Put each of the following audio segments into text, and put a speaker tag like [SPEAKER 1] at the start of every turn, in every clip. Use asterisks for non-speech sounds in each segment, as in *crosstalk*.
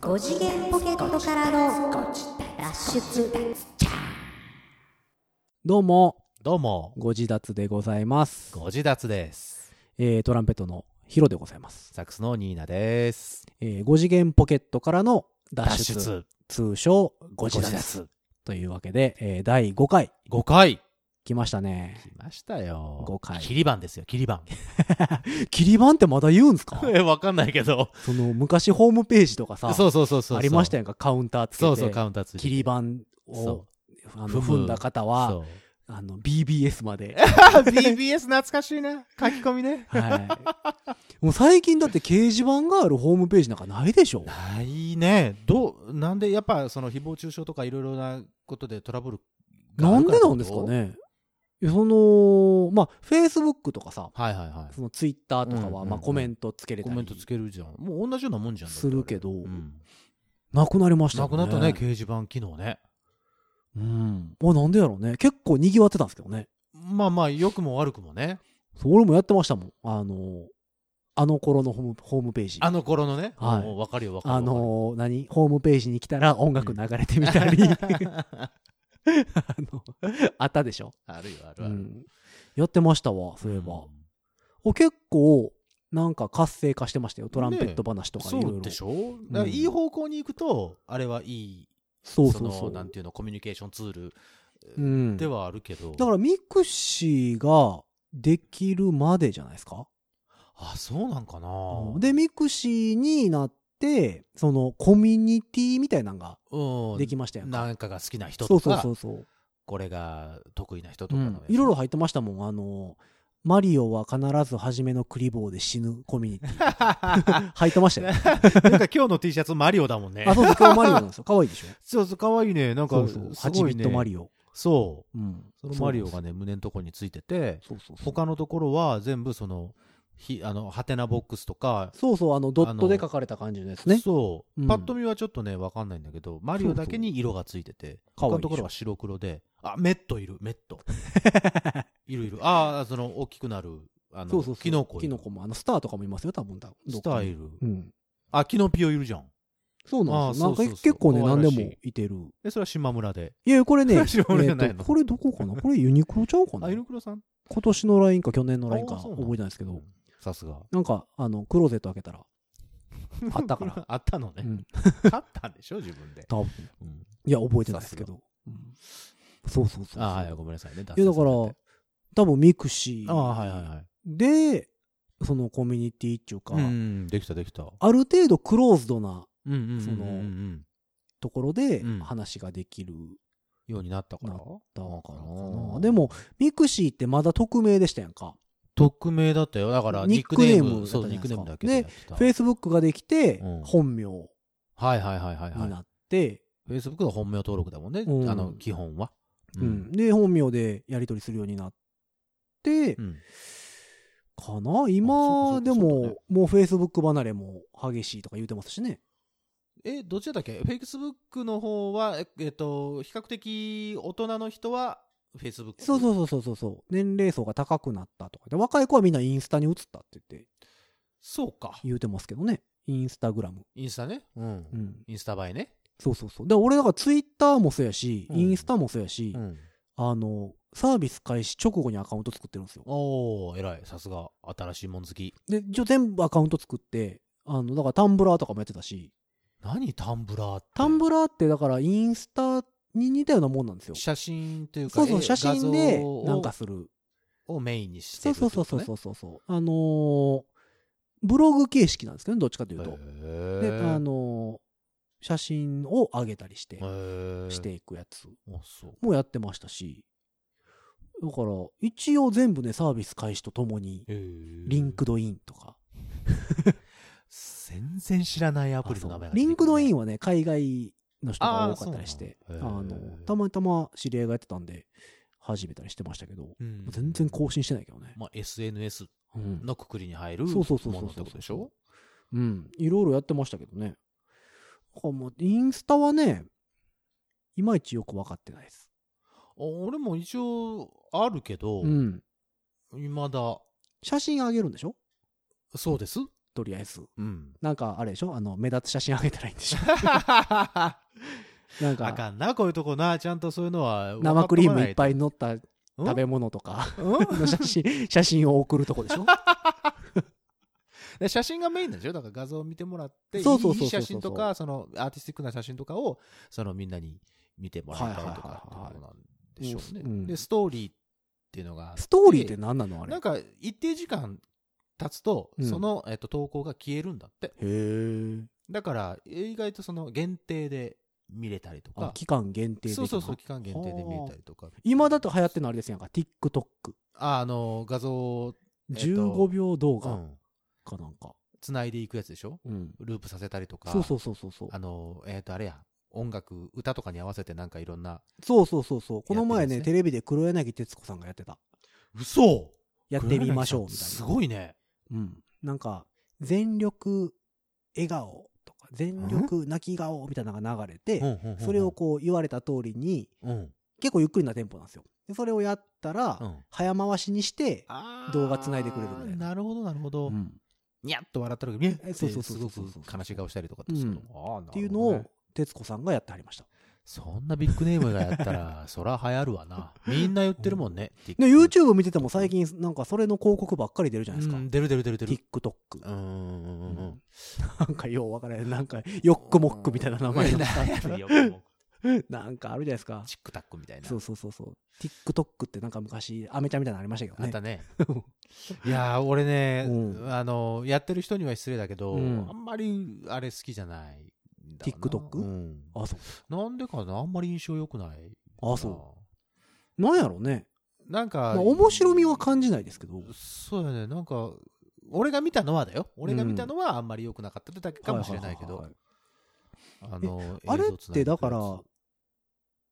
[SPEAKER 1] 5次元ポケットからの脱出
[SPEAKER 2] どうも、
[SPEAKER 3] どうも、
[SPEAKER 2] ご自立でございます。
[SPEAKER 3] ご自立です。
[SPEAKER 2] えートランペットのヒロでございます。
[SPEAKER 3] サックスのニーナです。
[SPEAKER 2] え5次元ポケットからの脱出、通称ご
[SPEAKER 3] ご
[SPEAKER 2] 自
[SPEAKER 3] 自
[SPEAKER 2] 立
[SPEAKER 3] 立。
[SPEAKER 2] というわけで、えー第5回
[SPEAKER 3] 5回。
[SPEAKER 2] 来ました
[SPEAKER 3] *laughs*
[SPEAKER 2] ね。
[SPEAKER 3] 来ましたよ。
[SPEAKER 2] 五回
[SPEAKER 3] 切り番ですよ、切り番。
[SPEAKER 2] 切り板ってまだ言うんすか
[SPEAKER 3] *laughs* え、わかんないけど。
[SPEAKER 2] *laughs* その昔ホームページとかさ、
[SPEAKER 3] そうそうそうそう。
[SPEAKER 2] ありました
[SPEAKER 3] よ。
[SPEAKER 2] やんか、カウンターつけて。
[SPEAKER 3] そうそう、カウンターついて
[SPEAKER 2] 切り板を
[SPEAKER 3] そ
[SPEAKER 2] あの
[SPEAKER 3] ふふ
[SPEAKER 2] 踏んだ方は、
[SPEAKER 3] そう。 *laughs*
[SPEAKER 2] あの BBS まで。
[SPEAKER 3] BBS 懐かしいな。書き込みね。 *laughs*
[SPEAKER 2] はい。もう最近だって掲示板があるホームページなんかないでしょ
[SPEAKER 3] ないね。どう、なんで、やっぱ、その、誹謗中傷とかいろいろなことでトラブルがあ
[SPEAKER 2] なん
[SPEAKER 3] る
[SPEAKER 2] で
[SPEAKER 3] ら
[SPEAKER 2] なんですか。ねいやその、まあ、Facebook とかさ、
[SPEAKER 3] はいはいは
[SPEAKER 2] その Twitter とか
[SPEAKER 3] うんうん
[SPEAKER 2] は、
[SPEAKER 3] うん
[SPEAKER 2] まあ、コメントつけ
[SPEAKER 3] い。
[SPEAKER 2] れ
[SPEAKER 3] コ
[SPEAKER 2] た
[SPEAKER 3] メント
[SPEAKER 2] り
[SPEAKER 3] つけるじゃん。もう同じようなもんじゃん。だって
[SPEAKER 2] するけど
[SPEAKER 3] あれうん
[SPEAKER 2] なくなりましたよ
[SPEAKER 3] なくなったね、掲示板機能ね。
[SPEAKER 2] うん。まあ、なんでやろうね。結構賑わってたんですけどね。
[SPEAKER 3] まあまあ、良くも悪くもね。
[SPEAKER 2] そう俺もやってましたもん。あの、あの頃のホームホームページ。
[SPEAKER 3] あの頃のね。
[SPEAKER 2] はい
[SPEAKER 3] もう分かるよ、分かる。
[SPEAKER 2] あの、何ホームページに来たら音楽流れてみたり、 *laughs* あ
[SPEAKER 3] *laughs*
[SPEAKER 2] の、あったでしょ。
[SPEAKER 3] あるよ、あ
[SPEAKER 2] う
[SPEAKER 3] るある。
[SPEAKER 2] ん。やってましたわ、そういえば。
[SPEAKER 3] うん
[SPEAKER 2] お結構、なんか活性化してましたよ。トランペット話とかいろいろ。
[SPEAKER 3] そうでしょだからいい方向に行くと、あれはいい、
[SPEAKER 2] そうそうそ
[SPEAKER 3] の
[SPEAKER 2] う。
[SPEAKER 3] なんていうの、コミュニケーションツール
[SPEAKER 2] うん。
[SPEAKER 3] ではあるけど。
[SPEAKER 2] だからミクシーができるまでじゃないですか。
[SPEAKER 3] あ、そうなんかな
[SPEAKER 2] で、ミクシーになって、そのコミュニティみたいなのが
[SPEAKER 3] うん
[SPEAKER 2] できましたやんか。
[SPEAKER 3] なんかが好きな人
[SPEAKER 2] そう
[SPEAKER 3] と
[SPEAKER 2] そう
[SPEAKER 3] か
[SPEAKER 2] そ、うそう。
[SPEAKER 3] これが得意な人と
[SPEAKER 2] う
[SPEAKER 3] か
[SPEAKER 2] ん
[SPEAKER 3] の。
[SPEAKER 2] い
[SPEAKER 3] *laughs*
[SPEAKER 2] ろいろ入ってましたもん。あの、マリオは必ず初めのクリボーで死ぬコミュニテ
[SPEAKER 3] *laughs*
[SPEAKER 2] ィ。入ってましたよ。
[SPEAKER 3] なんか今日の T シャツマリオだもんね
[SPEAKER 2] あ、。そうそう、今日マリオなんですよ。可愛いでしょ。
[SPEAKER 3] そうそう、かわいいね。なんか
[SPEAKER 2] そうそう、、
[SPEAKER 3] す
[SPEAKER 2] 8
[SPEAKER 3] ご
[SPEAKER 2] ビ
[SPEAKER 3] い
[SPEAKER 2] ッ
[SPEAKER 3] ね
[SPEAKER 2] トマリオ。
[SPEAKER 3] そう。
[SPEAKER 2] うん。
[SPEAKER 3] そのマリオがね、胸のとこについてて、
[SPEAKER 2] そうそうそう。
[SPEAKER 3] 他のところは全部その、ひあの、ハテナボックスとか、
[SPEAKER 2] そうそう、あの、ドットで書かれた感じのやつね。
[SPEAKER 3] そう、
[SPEAKER 2] うん
[SPEAKER 3] パッと見はちょっとね、わかんないんだけど、マリオだけに色がついてて、
[SPEAKER 2] 可愛いでしょ
[SPEAKER 3] 他のところは白黒で、あ、メットいる、メット。
[SPEAKER 2] *laughs*
[SPEAKER 3] いるいる。ああ、その、大きくなる、あの、
[SPEAKER 2] そうそうそう。
[SPEAKER 3] キノコい
[SPEAKER 2] キ
[SPEAKER 3] る
[SPEAKER 2] ノコも、あの、スターとかもいますよ、多分。多分
[SPEAKER 3] スターいる。
[SPEAKER 2] うん。
[SPEAKER 3] あ、キノピオいるじゃん。
[SPEAKER 2] そうなんですよ。
[SPEAKER 3] あ
[SPEAKER 2] な
[SPEAKER 3] あ
[SPEAKER 2] んか
[SPEAKER 3] そうそうそう
[SPEAKER 2] 結構ね、
[SPEAKER 3] 可
[SPEAKER 2] 何
[SPEAKER 3] 愛
[SPEAKER 2] で
[SPEAKER 3] らしい
[SPEAKER 2] もいてる。
[SPEAKER 3] え、それは島村で。
[SPEAKER 2] いや、こ
[SPEAKER 3] *laughs*
[SPEAKER 2] れね、え
[SPEAKER 3] 知らないの
[SPEAKER 2] ーとこれどこかなこれユニクロちゃうかな
[SPEAKER 3] あ、ユニクロさん
[SPEAKER 2] 今年のラインか去年のラインか
[SPEAKER 3] あそう
[SPEAKER 2] 覚
[SPEAKER 3] な
[SPEAKER 2] え
[SPEAKER 3] ん
[SPEAKER 2] て
[SPEAKER 3] だ
[SPEAKER 2] ないですけど、
[SPEAKER 3] さすが。
[SPEAKER 2] なんか、あの、クローゼット開けた
[SPEAKER 3] *laughs*
[SPEAKER 2] ら、あったから。。
[SPEAKER 3] あったの
[SPEAKER 2] う
[SPEAKER 3] ね。
[SPEAKER 2] ん、
[SPEAKER 3] 買ったんでしょ、自分で。
[SPEAKER 2] 多分。
[SPEAKER 3] うん
[SPEAKER 2] いや、覚えてないですけど。うんそうそうそうそう。
[SPEAKER 3] ああ、はい
[SPEAKER 2] い
[SPEAKER 3] ごめんなさい
[SPEAKER 2] や、
[SPEAKER 3] ね。
[SPEAKER 2] だから、
[SPEAKER 3] 脱線し
[SPEAKER 2] 多分ミクシ
[SPEAKER 3] ちゃってああ、はいはい
[SPEAKER 2] ー
[SPEAKER 3] はい。
[SPEAKER 2] で、そのコミュニティっていうか、
[SPEAKER 3] うん、できたできた。
[SPEAKER 2] ある程度クローズドな
[SPEAKER 3] うんうんうんうんうん
[SPEAKER 2] そのところで
[SPEAKER 3] うん
[SPEAKER 2] 話ができる
[SPEAKER 3] ようになったから
[SPEAKER 2] なだからか
[SPEAKER 3] う
[SPEAKER 2] な。
[SPEAKER 3] ん
[SPEAKER 2] でも、ミクシーってまだ匿名でしたやんか。
[SPEAKER 3] 匿名だったよだから
[SPEAKER 2] ニ
[SPEAKER 3] ニ
[SPEAKER 2] ッ
[SPEAKER 3] ッ
[SPEAKER 2] ク
[SPEAKER 3] ク
[SPEAKER 2] ネ
[SPEAKER 3] ネ
[SPEAKER 2] ー
[SPEAKER 3] ー
[SPEAKER 2] ム
[SPEAKER 3] ムそう
[SPEAKER 2] だったじゃないですか
[SPEAKER 3] ニックネームだけでやってた
[SPEAKER 2] Facebook ができて
[SPEAKER 3] うん、
[SPEAKER 2] 本名
[SPEAKER 3] はいはいはいはいは
[SPEAKER 2] に
[SPEAKER 3] い
[SPEAKER 2] なって、
[SPEAKER 3] フェイスブックの本名登録だもんね、
[SPEAKER 2] うん
[SPEAKER 3] あの基本は
[SPEAKER 2] うんで、本名でやり取りするようになって、
[SPEAKER 3] うん
[SPEAKER 2] かな
[SPEAKER 3] あそ
[SPEAKER 2] 今、
[SPEAKER 3] うか
[SPEAKER 2] で
[SPEAKER 3] そうかそうだ
[SPEAKER 2] も
[SPEAKER 3] ね、
[SPEAKER 2] もう Facebook 離れも激しいとか言うてますしね。
[SPEAKER 3] えどっちだっけフェイスブックの方はええっと比較的大人の人はフェイスブック
[SPEAKER 2] そう
[SPEAKER 3] う
[SPEAKER 2] そうそうそうそう。年齢層が高くなったとか。で、若い子はみんなインスタに移ったって言って、
[SPEAKER 3] そうか
[SPEAKER 2] 言うてますけどね。インスタグラム。
[SPEAKER 3] インスタね、うん
[SPEAKER 2] うん。
[SPEAKER 3] インスタ映えね、
[SPEAKER 2] そうそうそう。で、俺だから Twitter もそうやし、
[SPEAKER 3] うん
[SPEAKER 2] インスタもそうやし、
[SPEAKER 3] ん、
[SPEAKER 2] あの、サービス開始直後にアカウント作ってるんですよ。
[SPEAKER 3] おお偉いさすが新しいもん好き
[SPEAKER 2] で、一応全部アカウント作って、あの、だからタンブラーとかもやってたし、
[SPEAKER 3] 何タンブラーって
[SPEAKER 2] タンブラーってだからインスタに似たようなもんなんですよ。
[SPEAKER 3] 写真っていうか
[SPEAKER 2] そうそう、
[SPEAKER 3] え
[SPEAKER 2] 写真で
[SPEAKER 3] 画像を
[SPEAKER 2] なんかする。
[SPEAKER 3] をメインにして
[SPEAKER 2] そう
[SPEAKER 3] るって
[SPEAKER 2] そう
[SPEAKER 3] ことね
[SPEAKER 2] そうそうそうそうそう。あのーブログ形式なんですけどね、どっちかというと。
[SPEAKER 3] へ
[SPEAKER 2] で、
[SPEAKER 3] ー
[SPEAKER 2] あのー写真を上げたりして、
[SPEAKER 3] へー
[SPEAKER 2] していくやつ
[SPEAKER 3] あそう
[SPEAKER 2] もやってましたし、だから、一応全部ね、サービス開始とともに、リ
[SPEAKER 3] リ
[SPEAKER 2] ンクドインとか、
[SPEAKER 3] 全然知らないアプリの名前
[SPEAKER 2] リンクドイン
[SPEAKER 3] は
[SPEAKER 2] はね、海外の人が多かったりして、
[SPEAKER 3] あ
[SPEAKER 2] あ
[SPEAKER 3] ーそうなんだ
[SPEAKER 2] の
[SPEAKER 3] へー、
[SPEAKER 2] たまたま知り合いがやってたんで、始めたりしてましたけど、全然更新してないけどね。
[SPEAKER 3] まあ、SNS
[SPEAKER 2] うん。
[SPEAKER 3] のくくりに入る
[SPEAKER 2] そうそうそうそう
[SPEAKER 3] ものってことでしょ
[SPEAKER 2] うん。いろいろやってましたけどね。だからもう、インスタはね、いまいちよく分かってないです。
[SPEAKER 3] あ俺も一応あるけど
[SPEAKER 2] うん。
[SPEAKER 3] いまだ
[SPEAKER 2] 写真あげるんでしょ
[SPEAKER 3] そうです
[SPEAKER 2] とりあえず。 *laughs*
[SPEAKER 3] うん。
[SPEAKER 2] なんか、あれでしょあの、目立つ写真あげたらいいん
[SPEAKER 3] *laughs*
[SPEAKER 2] でし
[SPEAKER 3] あ
[SPEAKER 2] ょなんか、
[SPEAKER 3] かんな、こういうとこな、ちゃんとそういうのは。
[SPEAKER 2] 生クリームいっぱ
[SPEAKER 3] い。
[SPEAKER 2] い乗った食べ物とか
[SPEAKER 3] うん
[SPEAKER 2] の写真、写真を送るとこ
[SPEAKER 3] *laughs*
[SPEAKER 2] でしょ
[SPEAKER 3] で写真がメインなんでしょだから画像を見てもらって、
[SPEAKER 2] そうそうそうそうそう
[SPEAKER 3] いい写真とか、そのアーティスティックな写真とかを、そのみんなに見てもらいたいとかって
[SPEAKER 2] はいはいはいはい
[SPEAKER 3] ことなんでしょうね。
[SPEAKER 2] うん
[SPEAKER 3] で、ストーリーっていうのがあって。
[SPEAKER 2] ストーリーって何なのあれ。
[SPEAKER 3] なん
[SPEAKER 2] へ
[SPEAKER 3] か、一定時間経つと、
[SPEAKER 2] うん
[SPEAKER 3] その、えっと、投稿が消えるんだって。
[SPEAKER 2] え。
[SPEAKER 3] だから、意外とその限定で見れたりと
[SPEAKER 2] あ
[SPEAKER 3] か、
[SPEAKER 2] 期間限定的な
[SPEAKER 3] そうそうそう、期間限定で見れたりとか。
[SPEAKER 2] 今だと流行ってるのあれですやんか、TikTok。
[SPEAKER 3] あ、あの、画像を、えっと
[SPEAKER 2] 15秒動
[SPEAKER 3] う
[SPEAKER 2] 画
[SPEAKER 3] ん
[SPEAKER 2] かなんか。
[SPEAKER 3] 繋いでいくやつでしょ
[SPEAKER 2] うん。
[SPEAKER 3] ループさせたりとか。
[SPEAKER 2] そうそうそうそうそう。
[SPEAKER 3] あの、えっ、と、あれや、音楽、歌とかに合わせてなんかいろんな。
[SPEAKER 2] そうそうそうそう。この前
[SPEAKER 3] や
[SPEAKER 2] ね、
[SPEAKER 3] ってるんですね
[SPEAKER 2] テレビで黒柳徹子さんがやってた。
[SPEAKER 3] 嘘
[SPEAKER 2] やってみましょう、みたいな。
[SPEAKER 3] すごいね。
[SPEAKER 2] うん。なんか、全力笑顔とか、全力泣き顔みたいなのが流れて、それを、こう言われた通りに、
[SPEAKER 3] うん。
[SPEAKER 2] 結構ゆっくりなテンポなんですよ。でそれをやったら、早回しにして、動画繋いでくれるみたいな
[SPEAKER 3] な。なるほど、なるほど。
[SPEAKER 2] うん
[SPEAKER 3] にゃっと笑った時に、
[SPEAKER 2] えそ
[SPEAKER 3] そう
[SPEAKER 2] そ
[SPEAKER 3] うそう
[SPEAKER 2] そ
[SPEAKER 3] うそうう。
[SPEAKER 2] そう
[SPEAKER 3] すごく悲しい顔したりとかって
[SPEAKER 2] うん
[SPEAKER 3] するの。ああ、なるほどね
[SPEAKER 2] っていうのを、徹子さんがやってはりました。
[SPEAKER 3] そんなビッグネームがやった *laughs* ら、そら流行るわな。みんな言ってるもんね。
[SPEAKER 2] で、YouTube 見てても最近、なんかそれの広告ばっかり出るじゃないですか。
[SPEAKER 3] うん出る出る出る出る。
[SPEAKER 2] TikTok。
[SPEAKER 3] うんうんうんうんうん。
[SPEAKER 2] なんかようわからない。なんか、ヨックモックみたいな名前の
[SPEAKER 3] *laughs*
[SPEAKER 2] さ
[SPEAKER 3] なんやねんよも
[SPEAKER 2] *laughs* なんかあるじゃないですか
[SPEAKER 3] う。チックタックみたいな。
[SPEAKER 2] そうそうそうそう。TikTok ってなんか昔、アメちゃんみたいなのありましたけど
[SPEAKER 3] あっ
[SPEAKER 2] ね
[SPEAKER 3] た。ね。 *laughs* いやー、俺ね、
[SPEAKER 2] う
[SPEAKER 3] あの、やってる人には失礼だけど、
[SPEAKER 2] うん
[SPEAKER 3] あんまり、あれ好きじゃないんだな。
[SPEAKER 2] TikTok？
[SPEAKER 3] うん。
[SPEAKER 2] あ、そう。
[SPEAKER 3] なんでかなあんまり印象良くない。
[SPEAKER 2] あ、そう。なんやろうね。
[SPEAKER 3] う。なん
[SPEAKER 2] ま
[SPEAKER 3] か、
[SPEAKER 2] あ、面白みは感じないですけど。
[SPEAKER 3] そうやね、なんか、俺が見たのはだよ。俺が見たのはあんまり良くなかったってだけかもしれないけ
[SPEAKER 2] は
[SPEAKER 3] ど
[SPEAKER 2] はは、
[SPEAKER 3] あの、
[SPEAKER 2] いはい。あ
[SPEAKER 3] 映
[SPEAKER 2] れ
[SPEAKER 3] 像
[SPEAKER 2] っ
[SPEAKER 3] つなげ
[SPEAKER 2] て
[SPEAKER 3] るや
[SPEAKER 2] だ
[SPEAKER 3] つ
[SPEAKER 2] から、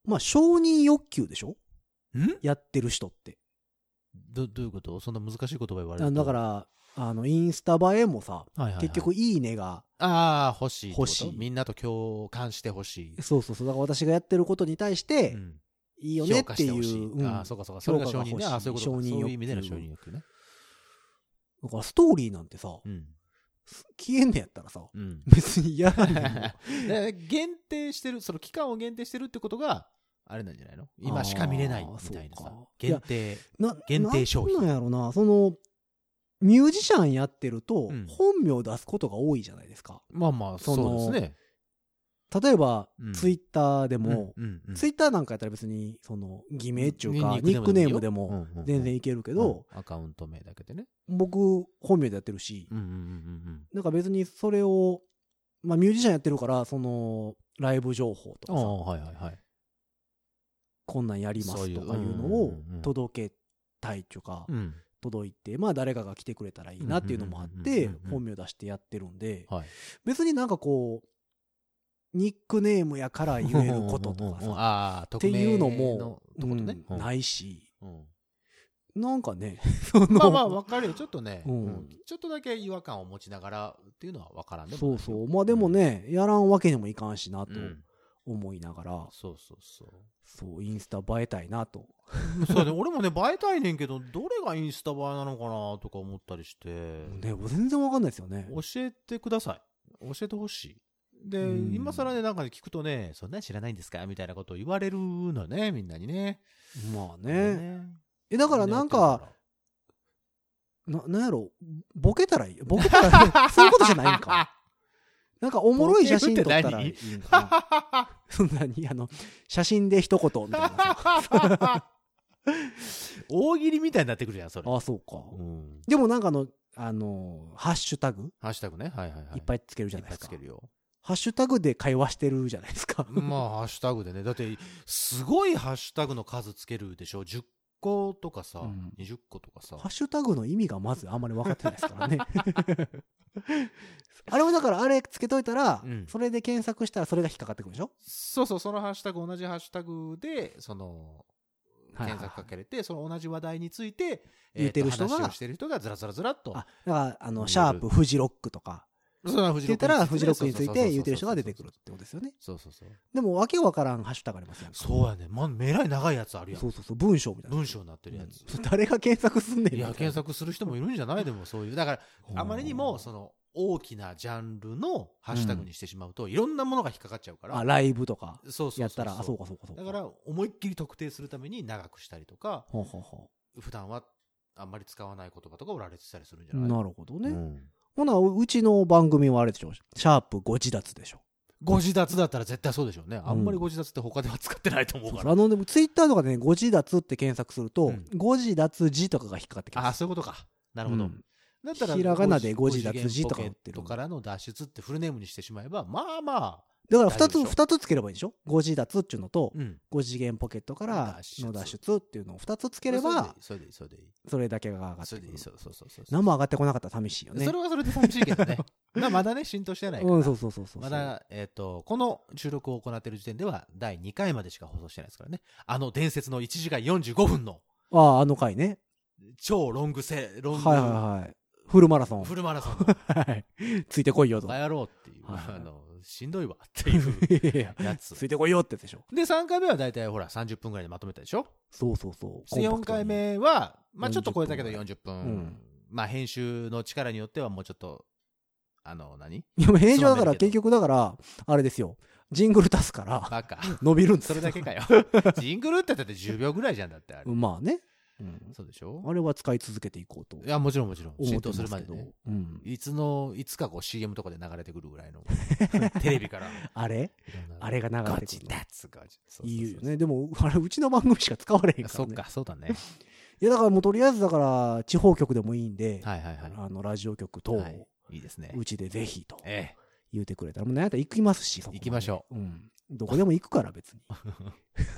[SPEAKER 2] まあ、承認欲求でしょ
[SPEAKER 3] ん
[SPEAKER 2] やってる人って。
[SPEAKER 3] どどういうことそんな難しい言葉言われる
[SPEAKER 2] あ
[SPEAKER 3] と
[SPEAKER 2] だか、ら、あの、インスタ映えもさ、
[SPEAKER 3] はいはいはい
[SPEAKER 2] 結、局いいねが、
[SPEAKER 3] ああ、欲しいってこと。
[SPEAKER 2] 欲しい
[SPEAKER 3] みんなと共感してほしい。
[SPEAKER 2] そうそうそう、だから私がやってることに対して、
[SPEAKER 3] ん
[SPEAKER 2] いいよねってい
[SPEAKER 3] 評価して
[SPEAKER 2] う
[SPEAKER 3] ほし。
[SPEAKER 2] うん
[SPEAKER 3] ああ、そうかそうか。それが承
[SPEAKER 2] 評価が
[SPEAKER 3] 認
[SPEAKER 2] 欲し
[SPEAKER 3] ね。
[SPEAKER 2] い
[SPEAKER 3] ああ、そういうこと
[SPEAKER 2] 承
[SPEAKER 3] か。
[SPEAKER 2] 認欲求
[SPEAKER 3] そういう意味での承認欲求ね。
[SPEAKER 2] だからストーリーなんてさ、
[SPEAKER 3] うん。
[SPEAKER 2] 消えんのやったらさ、 *laughs*
[SPEAKER 3] うん。
[SPEAKER 2] 別にやらへんよ
[SPEAKER 3] *laughs* で限定してる、その期間を限定してるってことが、あれなんじゃないの今しか見れないみたいな
[SPEAKER 2] あー
[SPEAKER 3] さ
[SPEAKER 2] そうか。
[SPEAKER 3] 限定。
[SPEAKER 2] な
[SPEAKER 3] 限定商品
[SPEAKER 2] なんなんやろな、その、ミュージシャンやってると
[SPEAKER 3] うん、
[SPEAKER 2] 本名出すことが多いじゃないですか。
[SPEAKER 3] まあまあ、
[SPEAKER 2] そ
[SPEAKER 3] そ
[SPEAKER 2] の
[SPEAKER 3] うですね。
[SPEAKER 2] 例えば
[SPEAKER 3] う、ん
[SPEAKER 2] ツイッターでも、
[SPEAKER 3] うん、うん
[SPEAKER 2] ツイッターなんかやったら別に、その、偽名っていうか、
[SPEAKER 3] ニ
[SPEAKER 2] ニックネーム
[SPEAKER 3] いい
[SPEAKER 2] で
[SPEAKER 3] よ
[SPEAKER 2] も、
[SPEAKER 3] うんうん
[SPEAKER 2] 全然いけるけ
[SPEAKER 3] うん
[SPEAKER 2] ど、
[SPEAKER 3] アカウント名だけでね。
[SPEAKER 2] 僕、本名でやってるし、
[SPEAKER 3] うんうんうん
[SPEAKER 2] なんか別にそれを、まあミュージシャンやってるから、その、ライブ情報と
[SPEAKER 3] うんうん。
[SPEAKER 2] か
[SPEAKER 3] あ
[SPEAKER 2] さ
[SPEAKER 3] あ、、はいはいはい。
[SPEAKER 2] こんなんやりま
[SPEAKER 3] そう
[SPEAKER 2] す
[SPEAKER 3] い
[SPEAKER 2] と
[SPEAKER 3] う
[SPEAKER 2] かいうの
[SPEAKER 3] うん
[SPEAKER 2] を
[SPEAKER 3] うんうん
[SPEAKER 2] 届けたいっていうか、
[SPEAKER 3] うん。
[SPEAKER 2] 届いて、まあ誰かが来てくれたらいいなっていうのもあっ
[SPEAKER 3] う
[SPEAKER 2] て
[SPEAKER 3] んうんうんうんう、ん
[SPEAKER 2] 本名出してやってるんで、
[SPEAKER 3] はい。
[SPEAKER 2] 別になんかこう、ニックネームやから言えることとか
[SPEAKER 3] うんうんうん
[SPEAKER 2] さ、
[SPEAKER 3] ああ、
[SPEAKER 2] っ
[SPEAKER 3] 特
[SPEAKER 2] て
[SPEAKER 3] 命
[SPEAKER 2] いうの
[SPEAKER 3] の
[SPEAKER 2] も、
[SPEAKER 3] とことね。
[SPEAKER 2] うんないし、
[SPEAKER 3] うん
[SPEAKER 2] なんか
[SPEAKER 3] *laughs*
[SPEAKER 2] ね、その、
[SPEAKER 3] まあまあ、わかるよ。ちょっとね、
[SPEAKER 2] うん
[SPEAKER 3] うんちょっとだけ違和感を持ちながらっていうのはわからんでも
[SPEAKER 2] そ
[SPEAKER 3] な
[SPEAKER 2] う
[SPEAKER 3] い
[SPEAKER 2] そう。まあでもね、やらんわけにもいかんしなと
[SPEAKER 3] うん
[SPEAKER 2] 思いながら、
[SPEAKER 3] そうそうそう。
[SPEAKER 2] そう、インスタ映えたいなと。
[SPEAKER 3] そうだね、俺もね、映えたいねんけど、どれがインスタ映えなのかなとか思ったりして、
[SPEAKER 2] ね、全然わかんないですよね。
[SPEAKER 3] 教えてください。教えてほしい。で、
[SPEAKER 2] うん
[SPEAKER 3] 今更ね、なんかね聞くとね、そんなん知らないんですかみたいなことを言われるのね、みんなにね。
[SPEAKER 2] まあ
[SPEAKER 3] で
[SPEAKER 2] ね。
[SPEAKER 3] ね
[SPEAKER 2] え、だからなんか、、な、なんやろ、ボケたらいい。ボケたらそういうことじゃないんか。なんかおもろい写真撮ったらいいんかな。そんなに、あの、写真で一言みたいなさ。
[SPEAKER 3] *laughs* 大喜利みたいになってくるじゃん、それ。
[SPEAKER 2] ああ、そうか。
[SPEAKER 3] うん
[SPEAKER 2] でもなんかあの、あの、ハッシュタグ
[SPEAKER 3] ハッシュタグね。はいはいはい。
[SPEAKER 2] いっぱ
[SPEAKER 3] い
[SPEAKER 2] いつけるじゃ
[SPEAKER 3] っ
[SPEAKER 2] ない
[SPEAKER 3] ぱ
[SPEAKER 2] で
[SPEAKER 3] い
[SPEAKER 2] す
[SPEAKER 3] つ
[SPEAKER 2] か
[SPEAKER 3] け。るよ。
[SPEAKER 2] ハッシュタグで会話してるじゃないですか。
[SPEAKER 3] まあ、ハッシュタグでね。だって、すごいハッシュタグの数つけるでしょ。10個とかさ、
[SPEAKER 2] うん
[SPEAKER 3] 20個とかさ。
[SPEAKER 2] ハッシュタグの意味がまずあんまり分かってないですから
[SPEAKER 3] *laughs*
[SPEAKER 2] ね。あれもだから、あれつけといたら、
[SPEAKER 3] うん
[SPEAKER 2] それで検索したらそれが引っかかってくるでしょ
[SPEAKER 3] そうそう、そのハッシュタグ、同じハッシュタグで、その、
[SPEAKER 2] はいはいはい
[SPEAKER 3] 検索かけれて、その同じ話題について、
[SPEAKER 2] 言ってる人が
[SPEAKER 3] えーと話をしてる人がずらずらずらっと。
[SPEAKER 2] あ、だから、あの、
[SPEAKER 3] 見える
[SPEAKER 2] シャープ、フジロックとか、
[SPEAKER 3] そうだ、
[SPEAKER 2] っ
[SPEAKER 3] フ
[SPEAKER 2] て言ったら、フジロックについて言ってる人が出てくるってことですよね。
[SPEAKER 3] そうそうそう。
[SPEAKER 2] でも、わけわからんハッシュタグありますやんか。
[SPEAKER 3] そうやね。まあ、めらい長いやつあるやん。
[SPEAKER 2] そうそうそう、文章みたいな。
[SPEAKER 3] 文章になってるやつ。
[SPEAKER 2] 誰が検索すんねん
[SPEAKER 3] いや、検
[SPEAKER 2] 索。
[SPEAKER 3] 索する人もいるんじゃないでも、そういう。だから、あまりにも、その、大きなジャンルのハッシュタグにしてしまうと、いろんなものが引っかかっちゃうから。
[SPEAKER 2] あ、ライブとか
[SPEAKER 3] そうそうそうそう
[SPEAKER 2] やったら、あ、そうかそうかそうか。
[SPEAKER 3] だから、思いっきり特定するために長くしたりとか、
[SPEAKER 2] ほうほうほ
[SPEAKER 3] 普段はあんまり使わない言葉とかを羅列したりするんじゃ
[SPEAKER 2] う。
[SPEAKER 3] ない
[SPEAKER 2] なるほどね。
[SPEAKER 3] うん
[SPEAKER 2] ほな、うちの番組はあれでしょ。シャープご自立でしょ。
[SPEAKER 3] ご自立だったら絶対そうでしょうね。あんまりご自立って他では使ってないと思う
[SPEAKER 2] そう
[SPEAKER 3] か
[SPEAKER 2] そう
[SPEAKER 3] ら。
[SPEAKER 2] あの、でもツイッターとかでね、ご自立って検索すると、
[SPEAKER 3] うん
[SPEAKER 2] ご自立字とかが引っかかってき
[SPEAKER 3] あ
[SPEAKER 2] ま
[SPEAKER 3] あ、
[SPEAKER 2] す。
[SPEAKER 3] そういうことか。なるほど。
[SPEAKER 2] うん
[SPEAKER 3] だったら、
[SPEAKER 2] ひらがなでご
[SPEAKER 3] ご
[SPEAKER 2] 自立字とか打
[SPEAKER 3] ポケ
[SPEAKER 2] っ
[SPEAKER 3] ッ
[SPEAKER 2] てる
[SPEAKER 3] トからの脱出ってフルネームにしてしまえば、まあまあ、
[SPEAKER 2] だから二
[SPEAKER 3] 大丈
[SPEAKER 2] つ、
[SPEAKER 3] 夫でしょ
[SPEAKER 2] 二つつければいいでしょご自立っていうのと、
[SPEAKER 3] うん。
[SPEAKER 2] 五次元ポケットからの脱出っていうのを二つつければ、
[SPEAKER 3] それでいい、それでいい。
[SPEAKER 2] それだけが上がって
[SPEAKER 3] それ
[SPEAKER 2] く
[SPEAKER 3] でい
[SPEAKER 2] る
[SPEAKER 3] い、。そうそうそうそう。
[SPEAKER 2] 何も上がってこなかったら寂しいよね。
[SPEAKER 3] それはそれで寂しいけど
[SPEAKER 2] *laughs*
[SPEAKER 3] ね。まあまだね、浸透してないから。
[SPEAKER 2] うん、そうそうそうそう。
[SPEAKER 3] まだ、えっ、と、この収録を行っている時点では、第2回までしか放送してないですからね。あの伝説の1時間45分の、
[SPEAKER 2] ああ、あの回ね。
[SPEAKER 3] 超ロングセ、ロング、
[SPEAKER 2] はいはいはい。フルマラソン。
[SPEAKER 3] フルマラソンの、
[SPEAKER 2] はい。ついてこいよと。
[SPEAKER 3] バカ野郎っていう、
[SPEAKER 2] はいはい
[SPEAKER 3] あの、しんどいわっていう
[SPEAKER 2] *laughs* いやいや
[SPEAKER 3] やつ。
[SPEAKER 2] ついてこいよってやつでしょ。
[SPEAKER 3] で、3回目は大体ほら、30分ぐらいでまとめたでしょ
[SPEAKER 2] そうそうそう。
[SPEAKER 3] で
[SPEAKER 2] コ
[SPEAKER 3] 4
[SPEAKER 2] ンパクトに
[SPEAKER 3] 回。目は、まあちょっと超えたけど40
[SPEAKER 2] 40
[SPEAKER 3] 分。
[SPEAKER 2] うん
[SPEAKER 3] まあ編集の力によってはもうちょっと、あの、何
[SPEAKER 2] いや、もう平常だから、
[SPEAKER 3] つまんない
[SPEAKER 2] 結
[SPEAKER 3] け
[SPEAKER 2] 局だから、あれですよ。ジングル足すから、
[SPEAKER 3] バカ。
[SPEAKER 2] 伸びるんです
[SPEAKER 3] そ
[SPEAKER 2] よ
[SPEAKER 3] れだけ
[SPEAKER 2] *laughs*
[SPEAKER 3] かよ。ジングルってだって10秒ぐらいじゃんだってあれ。
[SPEAKER 2] まあね。うん
[SPEAKER 3] そうでしょ
[SPEAKER 2] あれは使い続けていこうと
[SPEAKER 3] いや、もちろんもちろん。
[SPEAKER 2] 思
[SPEAKER 3] 浸
[SPEAKER 2] って
[SPEAKER 3] 透
[SPEAKER 2] ます
[SPEAKER 3] るま
[SPEAKER 2] すけ
[SPEAKER 3] で
[SPEAKER 2] ど
[SPEAKER 3] ね。。
[SPEAKER 2] うん。
[SPEAKER 3] いつの、いつかこう CM とかで流れてくるぐらい
[SPEAKER 2] *laughs*
[SPEAKER 3] の。テレビからの。
[SPEAKER 2] あれ *laughs* あれが流
[SPEAKER 3] ガ
[SPEAKER 2] れて
[SPEAKER 3] チ
[SPEAKER 2] くる
[SPEAKER 3] だっつガチ。そうそうそう
[SPEAKER 2] いいよね。でも、あれ、うちの番組しか使われへんから
[SPEAKER 3] あそっ
[SPEAKER 2] ね。
[SPEAKER 3] か、そうだ
[SPEAKER 2] *laughs*
[SPEAKER 3] ね。
[SPEAKER 2] いや、だからもうとりあえずだから、地方局でもいいんで、
[SPEAKER 3] はいはいは
[SPEAKER 2] あの、ラジオ局
[SPEAKER 3] い。
[SPEAKER 2] と
[SPEAKER 3] は、い、いいですね。
[SPEAKER 2] うちでぜひと
[SPEAKER 3] え
[SPEAKER 2] 言うてくれたら、もう何やったら行きますし、そこまで
[SPEAKER 3] 行きましょ
[SPEAKER 2] う。ん。どこでも行くから、
[SPEAKER 3] *laughs*
[SPEAKER 2] 別に。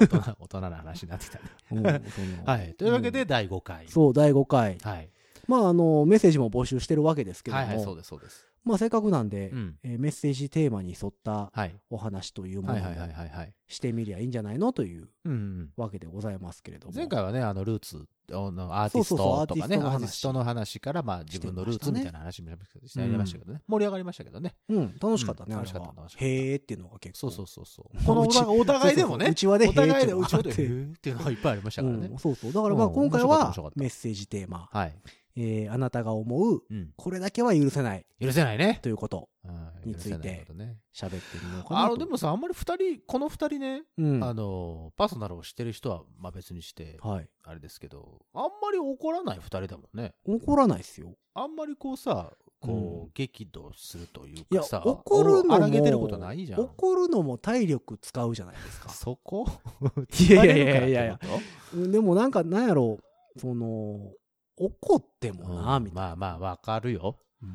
[SPEAKER 3] え。大人、大人な話になって
[SPEAKER 2] *laughs*
[SPEAKER 3] きたね。
[SPEAKER 2] うんその
[SPEAKER 3] はい。というわけで、
[SPEAKER 2] うん
[SPEAKER 3] 第5回。
[SPEAKER 2] そう、第5回。
[SPEAKER 3] はい。
[SPEAKER 2] まあ、あの、メッセージも募集してるわけですけれ
[SPEAKER 3] は
[SPEAKER 2] ど
[SPEAKER 3] いはい、そう
[SPEAKER 2] も、
[SPEAKER 3] です、そうです。
[SPEAKER 2] まあ、せっかくなんで
[SPEAKER 3] う、ん。
[SPEAKER 2] えーメッセージテーマに沿った
[SPEAKER 3] はい。
[SPEAKER 2] お話というもの
[SPEAKER 3] はい
[SPEAKER 2] を
[SPEAKER 3] はいはいはいはい。
[SPEAKER 2] してみりゃいいんじゃないのという
[SPEAKER 3] うんうん。
[SPEAKER 2] わけでございますけれども。
[SPEAKER 3] 前回はね、あの、ルーツのアーティス
[SPEAKER 2] そうそうそう
[SPEAKER 3] トとかね、
[SPEAKER 2] アーティストの話
[SPEAKER 3] アーティストの話から、まあ、自分のルーツみたいな話もしてありましたけどね。盛り上がりましたけどね。
[SPEAKER 2] うん、楽しかったね、
[SPEAKER 3] うん
[SPEAKER 2] あれは
[SPEAKER 3] 楽しかった楽しかった
[SPEAKER 2] へーっていうのが結構。
[SPEAKER 3] そうそうそうそう。
[SPEAKER 2] ま
[SPEAKER 3] こ
[SPEAKER 2] あ
[SPEAKER 3] のお
[SPEAKER 2] うち
[SPEAKER 3] 互いお互いでも
[SPEAKER 2] そう
[SPEAKER 3] ね、
[SPEAKER 2] そううちはね、
[SPEAKER 3] お互いで
[SPEAKER 2] へー
[SPEAKER 3] うち
[SPEAKER 2] っ
[SPEAKER 3] は
[SPEAKER 2] て
[SPEAKER 3] で
[SPEAKER 2] いう
[SPEAKER 3] へ
[SPEAKER 2] のがあって
[SPEAKER 3] ーっていうのがいっぱいありましたからね
[SPEAKER 2] うん。そうそう。だからまあ
[SPEAKER 3] うん
[SPEAKER 2] 今回
[SPEAKER 3] 面白
[SPEAKER 2] は
[SPEAKER 3] かった面白かった
[SPEAKER 2] メッセージテーマ、
[SPEAKER 3] はい。
[SPEAKER 2] えーあなたが思う、
[SPEAKER 3] うん。
[SPEAKER 2] これだけは許せない
[SPEAKER 3] 許せないね。
[SPEAKER 2] ということ、
[SPEAKER 3] うん
[SPEAKER 2] について。
[SPEAKER 3] 許せなことね
[SPEAKER 2] 喋ってみようかな
[SPEAKER 3] あ
[SPEAKER 2] と。
[SPEAKER 3] の、でもさ、あんまり二人、この二人ね、
[SPEAKER 2] うん、
[SPEAKER 3] あの、パーソナルをしてる人は、まあ別にして、
[SPEAKER 2] はい。
[SPEAKER 3] あれですけど、あんまり怒らない二人だもんね。
[SPEAKER 2] 怒らないですよ。
[SPEAKER 3] あんまりこうさ、こ
[SPEAKER 2] う
[SPEAKER 3] う、激怒するという
[SPEAKER 2] いや
[SPEAKER 3] かさ、、
[SPEAKER 2] 怒るの
[SPEAKER 3] 荒
[SPEAKER 2] も、
[SPEAKER 3] げてることないじゃん。
[SPEAKER 2] 怒るのも体力使うじゃないです
[SPEAKER 3] *laughs*
[SPEAKER 2] か。
[SPEAKER 3] そこ
[SPEAKER 2] *laughs* いやいやいやいやいや
[SPEAKER 3] 疲れるからって
[SPEAKER 2] うんでもなんか、なんやろう、その、怒って
[SPEAKER 3] こ
[SPEAKER 2] も
[SPEAKER 3] と
[SPEAKER 2] な、み
[SPEAKER 3] うん
[SPEAKER 2] たいな。
[SPEAKER 3] まあまあ、わかるよ。
[SPEAKER 2] う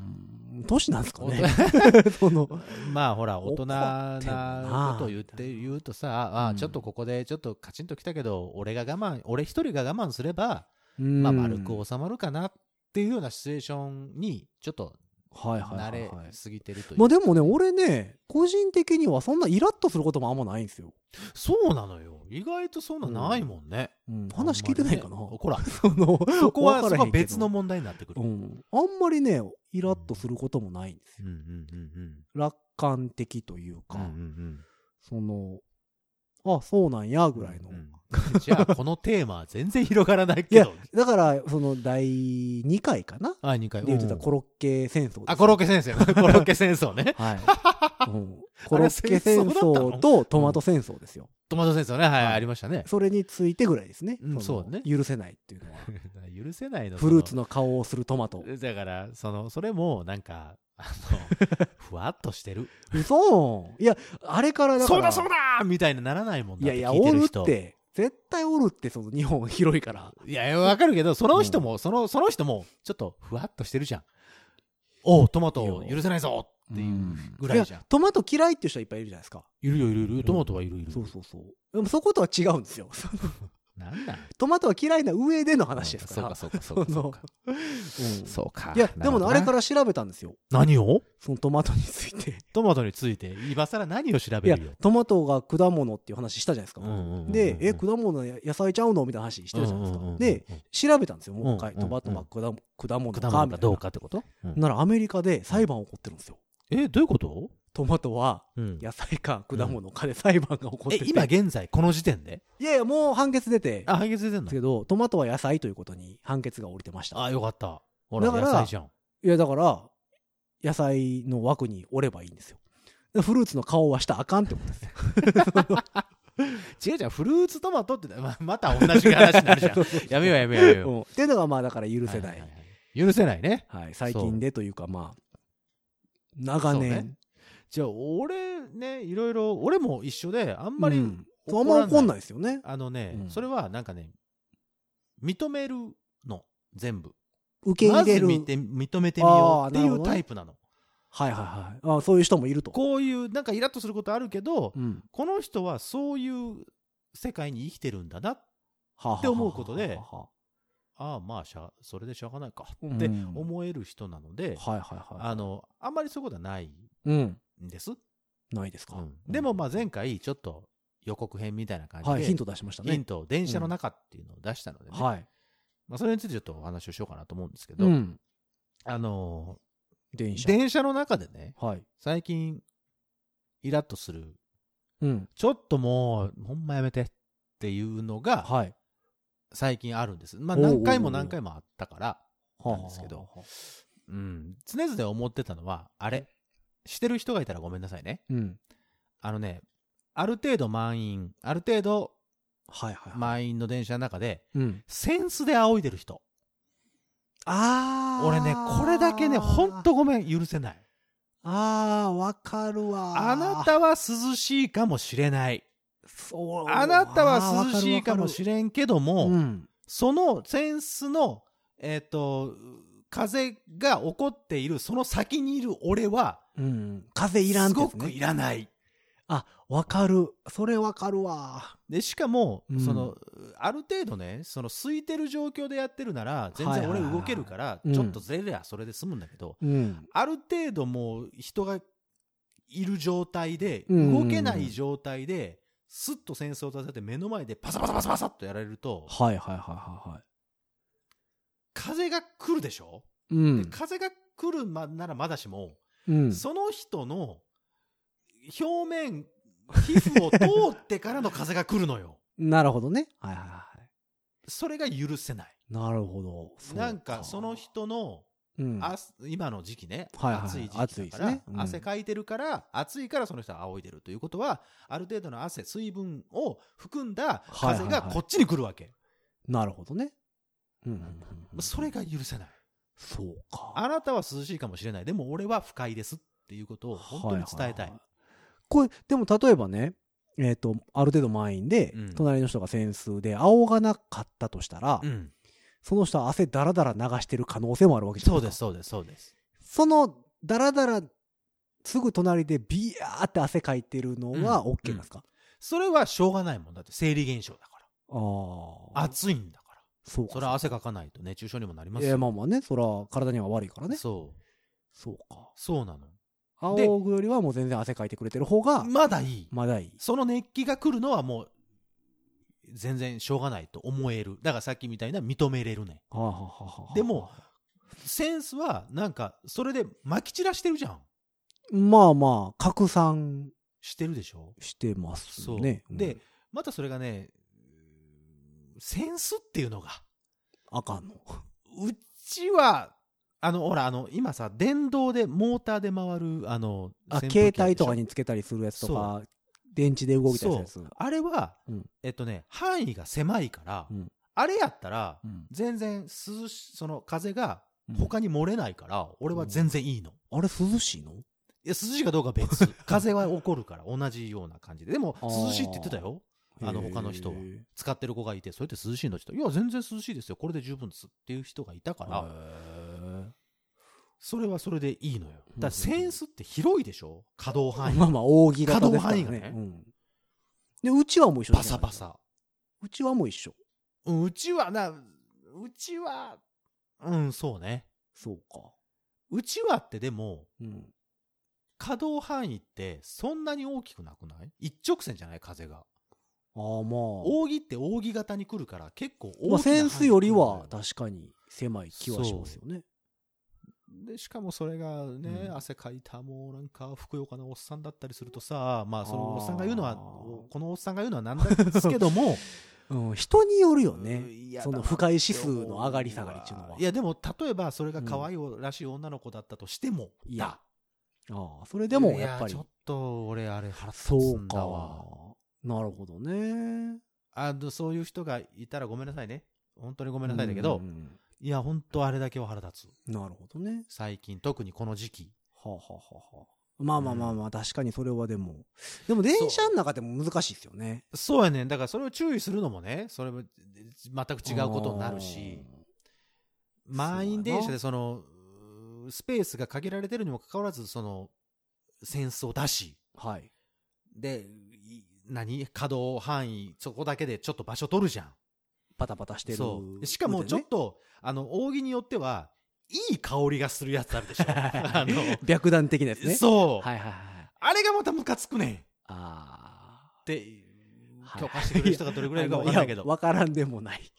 [SPEAKER 2] ん、年なんですかね。 *laughs* その、
[SPEAKER 3] まあほら、
[SPEAKER 2] 怒
[SPEAKER 3] 大
[SPEAKER 2] って
[SPEAKER 3] 人
[SPEAKER 2] んな
[SPEAKER 3] なことを言って、言うとさ、あ
[SPEAKER 2] う
[SPEAKER 3] あ、
[SPEAKER 2] ん
[SPEAKER 3] ちょっとここで、ちょっとカチンときたけど、俺が我慢、俺一人が我慢すれば、
[SPEAKER 2] うん
[SPEAKER 3] まあ丸く収まるかなっていうようなシチュエーションに、ちょっと
[SPEAKER 2] はいはいは
[SPEAKER 3] 慣
[SPEAKER 2] い
[SPEAKER 3] れ
[SPEAKER 2] はい。
[SPEAKER 3] すぎてるという。
[SPEAKER 2] まあでもね、俺ね、個人的にはそんなイラッとすることもあんまないんですよ。
[SPEAKER 3] そうなのよ。意外とそんなないもんね。
[SPEAKER 2] うん、話聞いてないかな。
[SPEAKER 3] あんまりね *laughs* ほら、
[SPEAKER 2] その、
[SPEAKER 3] そこは、
[SPEAKER 2] わからへ
[SPEAKER 3] そこは
[SPEAKER 2] んけど
[SPEAKER 3] 別の問題になってくる。
[SPEAKER 2] う
[SPEAKER 3] うん
[SPEAKER 2] ん。あんまりね、イラッとすることもないんですよ。
[SPEAKER 3] うんうん
[SPEAKER 2] 楽観的という
[SPEAKER 3] う
[SPEAKER 2] か、
[SPEAKER 3] ん。うんうん
[SPEAKER 2] その、あ、そうなんや、
[SPEAKER 3] うん
[SPEAKER 2] ぐらいの。
[SPEAKER 3] うんじゃあ、このテーマは全然広がらないけど。
[SPEAKER 2] だから、その、第2回かな
[SPEAKER 3] あ、2回。
[SPEAKER 2] で言ってた
[SPEAKER 3] うん
[SPEAKER 2] コロッケ戦争です。
[SPEAKER 3] あ、コロッケ戦争。 *laughs* コロッケ戦争ね。 *laughs*
[SPEAKER 2] はい、うんコロッケ戦争とトマト戦争ですよ。
[SPEAKER 3] トマト戦争ね。はい、
[SPEAKER 2] はい
[SPEAKER 3] ありましたね。 *laughs*
[SPEAKER 2] それについてぐらいですね。
[SPEAKER 3] うん
[SPEAKER 2] の
[SPEAKER 3] そうね
[SPEAKER 2] 許せないっていうの
[SPEAKER 3] *laughs*
[SPEAKER 2] は。
[SPEAKER 3] 許せないの。
[SPEAKER 2] フルーツの顔をするトマト。
[SPEAKER 3] の。だから、その、それも、なんか、あ *laughs* の、ふわっとしてる。
[SPEAKER 2] 嘘いや、あれからだか
[SPEAKER 3] そうだ
[SPEAKER 2] ら。
[SPEAKER 3] そう
[SPEAKER 2] だ
[SPEAKER 3] だみたいにならないもん
[SPEAKER 2] い
[SPEAKER 3] だ
[SPEAKER 2] や
[SPEAKER 3] って
[SPEAKER 2] いや、
[SPEAKER 3] 聞い
[SPEAKER 2] お
[SPEAKER 3] て
[SPEAKER 2] る
[SPEAKER 3] る
[SPEAKER 2] っ
[SPEAKER 3] 人。
[SPEAKER 2] て。絶対おるって、その日本広いから。
[SPEAKER 3] いやいや、わかるけど、その人も、その、その人も、ちょっと、ふわっとしてるじゃん。おうトマトを許せないぞっていうぐらいじゃん
[SPEAKER 2] や。トマト嫌いっていう人はいっぱいいるじゃないですか。
[SPEAKER 3] いるよ、いるいる。トマトはいるいる。
[SPEAKER 2] そうそうそう。でもそことは違うんですよ。 *laughs* その
[SPEAKER 3] なんなん
[SPEAKER 2] トマトは嫌いな上での話ですから。
[SPEAKER 3] そうか、そうか、そうか。
[SPEAKER 2] うん
[SPEAKER 3] そうか。。
[SPEAKER 2] いや、でもねあれからら調べたんですよ。
[SPEAKER 3] 何を
[SPEAKER 2] そのトマトについて。 *laughs*
[SPEAKER 3] トマトについて、今更何を調
[SPEAKER 2] い
[SPEAKER 3] べ
[SPEAKER 2] や
[SPEAKER 3] るよ。
[SPEAKER 2] トマトが果物っていう話したじゃないですか、
[SPEAKER 3] うんうんうんうん
[SPEAKER 2] でえ果物や野菜ちゃうのみたいな話してるじゃないですか、
[SPEAKER 3] うんうんうんうん
[SPEAKER 2] で調べたんですよもう一回、
[SPEAKER 3] うんうんうん
[SPEAKER 2] トマトは果物果物か
[SPEAKER 3] 果物
[SPEAKER 2] みた
[SPEAKER 3] か
[SPEAKER 2] いな
[SPEAKER 3] どうかってことうん
[SPEAKER 2] ならアメリカで裁判起こってるんですよ
[SPEAKER 3] え、どういうこと
[SPEAKER 2] トマトは
[SPEAKER 3] うん
[SPEAKER 2] 野菜か果物かで裁判が起こっ
[SPEAKER 3] え
[SPEAKER 2] てて、、
[SPEAKER 3] 今
[SPEAKER 2] い
[SPEAKER 3] 現在、この時点で
[SPEAKER 2] やいやもう判決出て
[SPEAKER 3] あ、判決出て
[SPEAKER 2] で
[SPEAKER 3] んの
[SPEAKER 2] すけどトマトは野菜ということに判決が下りてました
[SPEAKER 3] あ、よかった。ほら、
[SPEAKER 2] だから
[SPEAKER 3] 野菜じゃん。
[SPEAKER 2] いやだから野菜の枠におればいいんですよ。でフルーツの顔はしたらあかんってこと
[SPEAKER 3] *laughs*
[SPEAKER 2] ですよ。
[SPEAKER 3] 違うじゃんフルーツトマトってままた同じ話にな
[SPEAKER 2] *laughs*
[SPEAKER 3] る *laughs* じゃんやめようやめようやめよ
[SPEAKER 2] うんっていうのがまあだから許
[SPEAKER 3] う
[SPEAKER 2] せな
[SPEAKER 3] はい
[SPEAKER 2] い
[SPEAKER 3] はいはい許せないね
[SPEAKER 2] はい、最近でというかまあ長
[SPEAKER 3] そうね
[SPEAKER 2] 年
[SPEAKER 3] じゃあ俺ねいろいろ俺も一緒であん
[SPEAKER 2] あ
[SPEAKER 3] まり、
[SPEAKER 2] あんま怒んないですよね
[SPEAKER 3] あのね、
[SPEAKER 2] うん
[SPEAKER 3] それはなんかね認めるの全部
[SPEAKER 2] 受け入れる、
[SPEAKER 3] まず見て認めてみようってい
[SPEAKER 2] あーなるほどね
[SPEAKER 3] うタイプなの
[SPEAKER 2] はいはいはいあそういう人もいると
[SPEAKER 3] こういうなんかイラッとすることあるけど、
[SPEAKER 2] うん
[SPEAKER 3] この人はそういう世界に生きてるんだな
[SPEAKER 2] はあはあはあはあ
[SPEAKER 3] って思うことでああまあしゃそれでしょうがないかって
[SPEAKER 2] うん
[SPEAKER 3] 思える人なので、
[SPEAKER 2] はいはいはい
[SPEAKER 3] あのあんまりそういうことはない
[SPEAKER 2] うん
[SPEAKER 3] んです、
[SPEAKER 2] ないですか、
[SPEAKER 3] うんでもまあ前回ちょっと予告編みたいな感じで、
[SPEAKER 2] はいヒント出しました
[SPEAKER 3] ヒン
[SPEAKER 2] ね
[SPEAKER 3] トを電車の中っていうのを出したのでね、
[SPEAKER 2] はい
[SPEAKER 3] まあ、それについてちょっとお話をしようかなと思うんですけど、
[SPEAKER 2] うん
[SPEAKER 3] あの
[SPEAKER 2] 電
[SPEAKER 3] ー
[SPEAKER 2] 車
[SPEAKER 3] 電車の中でね
[SPEAKER 2] はい
[SPEAKER 3] 最近イラッとする
[SPEAKER 2] うん
[SPEAKER 3] ちょっともうほんまやめてっていうのが
[SPEAKER 2] はい
[SPEAKER 3] 最近あるんです、まあ
[SPEAKER 2] おうおうおう
[SPEAKER 3] 何回も何回もあったから、なんですけど
[SPEAKER 2] はあはあはあ
[SPEAKER 3] うん、常々思ってたのはあれしてる人がいたらごめんなさいね
[SPEAKER 2] うん
[SPEAKER 3] あのねある程度満員ある程度
[SPEAKER 2] はいはいはい、
[SPEAKER 3] 満員の電車の中で
[SPEAKER 2] うん
[SPEAKER 3] センスで仰いでる人
[SPEAKER 2] あー
[SPEAKER 3] 俺ねこれだけねほんとごめん許せない
[SPEAKER 2] あーわかるわ
[SPEAKER 3] あなたは涼しいかもしれない
[SPEAKER 2] そう
[SPEAKER 3] あなたは涼しいかもしれんけど
[SPEAKER 2] あー
[SPEAKER 3] も、
[SPEAKER 2] わかるわかるうん
[SPEAKER 3] そのセンスの、えっ、と、風が起こっている、その先にいる俺は、
[SPEAKER 2] うん、風いらんっ
[SPEAKER 3] す
[SPEAKER 2] てや
[SPEAKER 3] ご
[SPEAKER 2] つ
[SPEAKER 3] くい
[SPEAKER 2] ね。
[SPEAKER 3] らない。
[SPEAKER 2] あ、わかる。それわかるわ。
[SPEAKER 3] で、しかも、
[SPEAKER 2] うん
[SPEAKER 3] その、ある程度ね、その空いてる状況でやってるなら、全
[SPEAKER 2] はい
[SPEAKER 3] 然
[SPEAKER 2] はい
[SPEAKER 3] 俺
[SPEAKER 2] はい
[SPEAKER 3] 動けるから、
[SPEAKER 2] うん
[SPEAKER 3] ちょっとずれりゃそれで済むんだけど、
[SPEAKER 2] うん。
[SPEAKER 3] ある程度もう人がいる状態で、
[SPEAKER 2] うん
[SPEAKER 3] 動けない状態で、スッと戦争を立てて目の前でパサパサパサパサっとやられると、
[SPEAKER 2] はいはいはいはいは
[SPEAKER 3] 風が来るでしょ
[SPEAKER 2] い。う
[SPEAKER 3] で
[SPEAKER 2] ん。
[SPEAKER 3] 風が来るまならまだしも、
[SPEAKER 2] うん。
[SPEAKER 3] その人の表面、皮膚を通ってからの風が来るのよ。
[SPEAKER 2] なるほどね。はいはいはい
[SPEAKER 3] *laughs* それが許せない。。
[SPEAKER 2] なるほど。そう
[SPEAKER 3] なんかその、人の、
[SPEAKER 2] うん。
[SPEAKER 3] あ今の時期ね、
[SPEAKER 2] はいはい
[SPEAKER 3] 暑い時期だから、
[SPEAKER 2] 暑いですねうん
[SPEAKER 3] 汗かいてるから、暑いからその人は仰いでるということは、ある程度の汗、水分を含んだ
[SPEAKER 2] はいはい
[SPEAKER 3] 風
[SPEAKER 2] はい
[SPEAKER 3] がこっちに来るわけ。
[SPEAKER 2] なるほどね。うんうんうん。
[SPEAKER 3] それが許せない。
[SPEAKER 2] そうか。
[SPEAKER 3] あなたは涼しいかもしれない。でも俺は不快ですっていうことを本当に伝えたい。
[SPEAKER 2] はははこれ、でも例えばね、えっと、ある程度満員で
[SPEAKER 3] うん、
[SPEAKER 2] 隣の人が扇子で仰がなかったとしたら
[SPEAKER 3] う、ん、
[SPEAKER 2] その人は汗だらだら流してる可能性もあるわけじゃな
[SPEAKER 3] そ
[SPEAKER 2] いうで
[SPEAKER 3] です
[SPEAKER 2] か。
[SPEAKER 3] す、そうです、そうです。
[SPEAKER 2] そのダラダラすぐ隣でビヤーって汗かいてるのは
[SPEAKER 3] うん
[SPEAKER 2] OK なんですか、
[SPEAKER 3] それはしょうがないもんだって生理現象だか
[SPEAKER 2] あ
[SPEAKER 3] ら
[SPEAKER 2] あ
[SPEAKER 3] 暑いんだから
[SPEAKER 2] そうか
[SPEAKER 3] それは汗かかないと熱中症にもなります
[SPEAKER 2] え
[SPEAKER 3] よ、
[SPEAKER 2] まあまあねそら体には悪いからねそ
[SPEAKER 3] そう
[SPEAKER 2] うか
[SPEAKER 3] そうなので
[SPEAKER 2] 仰ぐよりはもう全然汗かいてくれてる方が
[SPEAKER 3] まだいい
[SPEAKER 2] まだいい
[SPEAKER 3] その熱気が来るのはもう全然しょうがないと思えるだからさっきみたいな認めれるね
[SPEAKER 2] はあはあはあはあ
[SPEAKER 3] でもセンスはなんかそれで撒き散らしてるじゃん
[SPEAKER 2] まあまあ拡散
[SPEAKER 3] してるでしょ
[SPEAKER 2] してます
[SPEAKER 3] そう、
[SPEAKER 2] ね
[SPEAKER 3] で
[SPEAKER 2] うん
[SPEAKER 3] またそれがねうーセンスっていうのが
[SPEAKER 2] あかんの
[SPEAKER 3] うちは、あの、ほら、あの、今さ、電動で、モーターで回る、あの、
[SPEAKER 2] あ
[SPEAKER 3] 扇風
[SPEAKER 2] 携
[SPEAKER 3] 機るでしょ
[SPEAKER 2] 帯とかにつけたりするやつとか電池で動いたりするやつ
[SPEAKER 3] あれは、
[SPEAKER 2] うん
[SPEAKER 3] えっとね、範囲が狭いから、
[SPEAKER 2] うん
[SPEAKER 3] あれやったら、
[SPEAKER 2] うん
[SPEAKER 3] 全然涼し、その風が他に漏れないから、俺は全然いいの。
[SPEAKER 2] あれ涼しいの
[SPEAKER 3] いや、涼しいかどうか
[SPEAKER 2] *laughs*
[SPEAKER 3] は別。風は起こるから、同じような感じで。でも、
[SPEAKER 2] あー
[SPEAKER 3] 涼しいって言ってたよ。あの他の人は
[SPEAKER 2] へえ
[SPEAKER 3] 使ってる子がいて、それって涼しいのって言ったらいや、全然涼しいですよ。これで十分です。っていう人がいたから、それはそれでいいのよ。
[SPEAKER 2] うん
[SPEAKER 3] だからセンスって広いでしょ可動範囲。
[SPEAKER 2] まあまあ、扇形ですからね。
[SPEAKER 3] 可動範囲がね
[SPEAKER 2] うん。で、うちはもう一緒
[SPEAKER 3] *laughs* パサパ
[SPEAKER 2] サ。
[SPEAKER 3] サ。
[SPEAKER 2] うちはもう一緒。
[SPEAKER 3] うんうちはな、うちは、うん、そうね。
[SPEAKER 2] そうか。
[SPEAKER 3] うちはってでも、
[SPEAKER 2] うん。
[SPEAKER 3] 可動範囲ってそんなに大きくなくない一直線じゃない風が。
[SPEAKER 2] ああ、ま
[SPEAKER 3] 扇って扇形に来るから結構
[SPEAKER 2] あ。
[SPEAKER 3] 大きな範囲
[SPEAKER 2] まあ、センスよりは
[SPEAKER 3] 来るのよ
[SPEAKER 2] 確かに狭い気はしますよね。
[SPEAKER 3] で、しかもそれがね、
[SPEAKER 2] うん
[SPEAKER 3] 汗かいたもうなんかふくよかなおっさんだったりするとさ、まあその
[SPEAKER 2] あー
[SPEAKER 3] おっさんが言うのは、おこのおっさんが言うのはなんですけども、
[SPEAKER 2] うん、人によるよね
[SPEAKER 3] うん嫌だ
[SPEAKER 2] そ
[SPEAKER 3] な
[SPEAKER 2] の
[SPEAKER 3] って
[SPEAKER 2] 不快指数の上がり下がりっていうのはい
[SPEAKER 3] やでも例えばそれが可愛いらしい女の子だったとしても、
[SPEAKER 2] い
[SPEAKER 3] だ
[SPEAKER 2] やああそれでも
[SPEAKER 3] い
[SPEAKER 2] やっぱり
[SPEAKER 3] ちょっと俺あれ腹立
[SPEAKER 2] そ
[SPEAKER 3] つ
[SPEAKER 2] うんか
[SPEAKER 3] だわ
[SPEAKER 2] なるほどね
[SPEAKER 3] あのそういう人がいたらごめんなさいね本当にご
[SPEAKER 2] ご
[SPEAKER 3] めんなさいだけど、いや本当あれだけは腹立つ
[SPEAKER 2] なるほどね
[SPEAKER 3] 最近特にこの時期
[SPEAKER 2] はあ、はあはあはあ、まあまあまあまあ確かにそれはでもでも電車の中でも難しいですよね
[SPEAKER 3] そうやねんだからそれを注意するのもねそれも全く違うことになるし満員電車でそのうースペースが限られてるにもかかわらずその戦争だし
[SPEAKER 2] あーはい
[SPEAKER 3] でい何稼働範囲そこだけでちょっと場所取るじゃん
[SPEAKER 2] パタパタしてる
[SPEAKER 3] そうしかもちょっ
[SPEAKER 2] *laughs* と
[SPEAKER 3] と、あの扇によってはいい香りがするやつある
[SPEAKER 2] *laughs*
[SPEAKER 3] でしょあの
[SPEAKER 2] 白弾的なやつね
[SPEAKER 3] そう、
[SPEAKER 2] はいはいはい
[SPEAKER 3] あれがまたムカつくねんっ
[SPEAKER 2] あ
[SPEAKER 3] て
[SPEAKER 2] はい
[SPEAKER 3] 許可してくれる人がどれ
[SPEAKER 2] あ
[SPEAKER 3] ぐらいいるか分かんないけど
[SPEAKER 2] 分からんでもない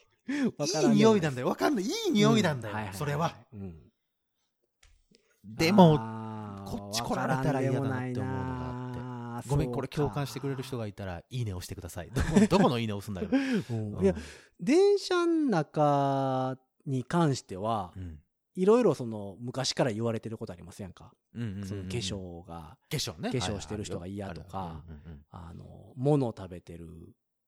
[SPEAKER 2] わから
[SPEAKER 3] いい
[SPEAKER 2] んでもない
[SPEAKER 3] 匂いなんだよ分かんないいい匂いなんだよ、
[SPEAKER 2] うはいいい
[SPEAKER 3] それは、
[SPEAKER 2] うん
[SPEAKER 3] でも
[SPEAKER 2] あー
[SPEAKER 3] こっち来られたら嫌だなって思うのがあって
[SPEAKER 2] わからんでもないな
[SPEAKER 3] ごめんこれ共感してくれる人がいたらいいねをしてくださいどこ *laughs* どこのいいねを押すんだけど、
[SPEAKER 2] うんいや電車の中に関しては
[SPEAKER 3] うん
[SPEAKER 2] いろいろその昔から言われてることありませんか、
[SPEAKER 3] うんうんうんうん
[SPEAKER 2] その化粧が
[SPEAKER 3] 化粧ね
[SPEAKER 2] 化粧してる人が嫌とか
[SPEAKER 3] はいはいはいうんうんうん
[SPEAKER 2] あの物を食べてる、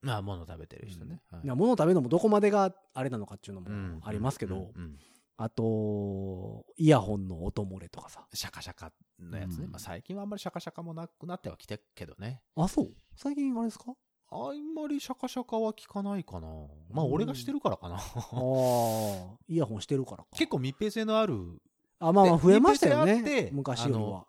[SPEAKER 3] まあ物食べてる人ね、はい
[SPEAKER 2] な物を食べるのもどこまでがあれなのかっていうの
[SPEAKER 3] うん
[SPEAKER 2] もありますけど、
[SPEAKER 3] うんうん
[SPEAKER 2] あとイヤホンの音漏れとかさ
[SPEAKER 3] シャカシャカのやつ
[SPEAKER 2] う
[SPEAKER 3] ね、
[SPEAKER 2] ん
[SPEAKER 3] まあ、最近はあんまりシャカシャカもなくなってはきてるけどね
[SPEAKER 2] あそう最近あれですか
[SPEAKER 3] あんまりシャカシャカは聞かないかなまあ
[SPEAKER 2] うん
[SPEAKER 3] 俺がしてるからか *laughs* な、
[SPEAKER 2] ああイヤホンしてるからか
[SPEAKER 3] 結構密閉性のある
[SPEAKER 2] あまあまあ
[SPEAKER 3] で
[SPEAKER 2] 増えましたよ
[SPEAKER 3] 密閉性あっ
[SPEAKER 2] ね
[SPEAKER 3] て
[SPEAKER 2] 昔より
[SPEAKER 3] あ
[SPEAKER 2] は
[SPEAKER 3] の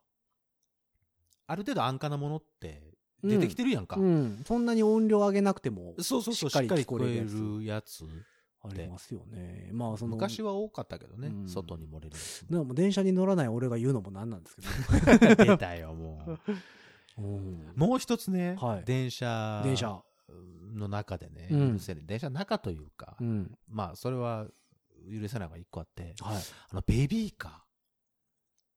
[SPEAKER 3] ある程度安価なものって出てきてるやんか、
[SPEAKER 2] うんそんなに音量上げなくても
[SPEAKER 3] そうそうそうし
[SPEAKER 2] し
[SPEAKER 3] っ
[SPEAKER 2] っ
[SPEAKER 3] か
[SPEAKER 2] かり
[SPEAKER 3] り聞こえるやつ
[SPEAKER 2] ありますよねまあその
[SPEAKER 3] 昔は多かったけどね、
[SPEAKER 2] うん
[SPEAKER 3] 外に漏れるやつ
[SPEAKER 2] *laughs* でも電車に乗らない俺が言うのもなんなんですけど、
[SPEAKER 3] 出たよも
[SPEAKER 2] うん
[SPEAKER 3] *laughs* う *laughs* もう一つね、
[SPEAKER 2] はい
[SPEAKER 3] 電車
[SPEAKER 2] 電車、
[SPEAKER 3] の中でね、
[SPEAKER 2] うん
[SPEAKER 3] 許せる電車の中というか、
[SPEAKER 2] うん
[SPEAKER 3] まあそれは許せないのが一個あって
[SPEAKER 2] はい、
[SPEAKER 3] あのベビーカー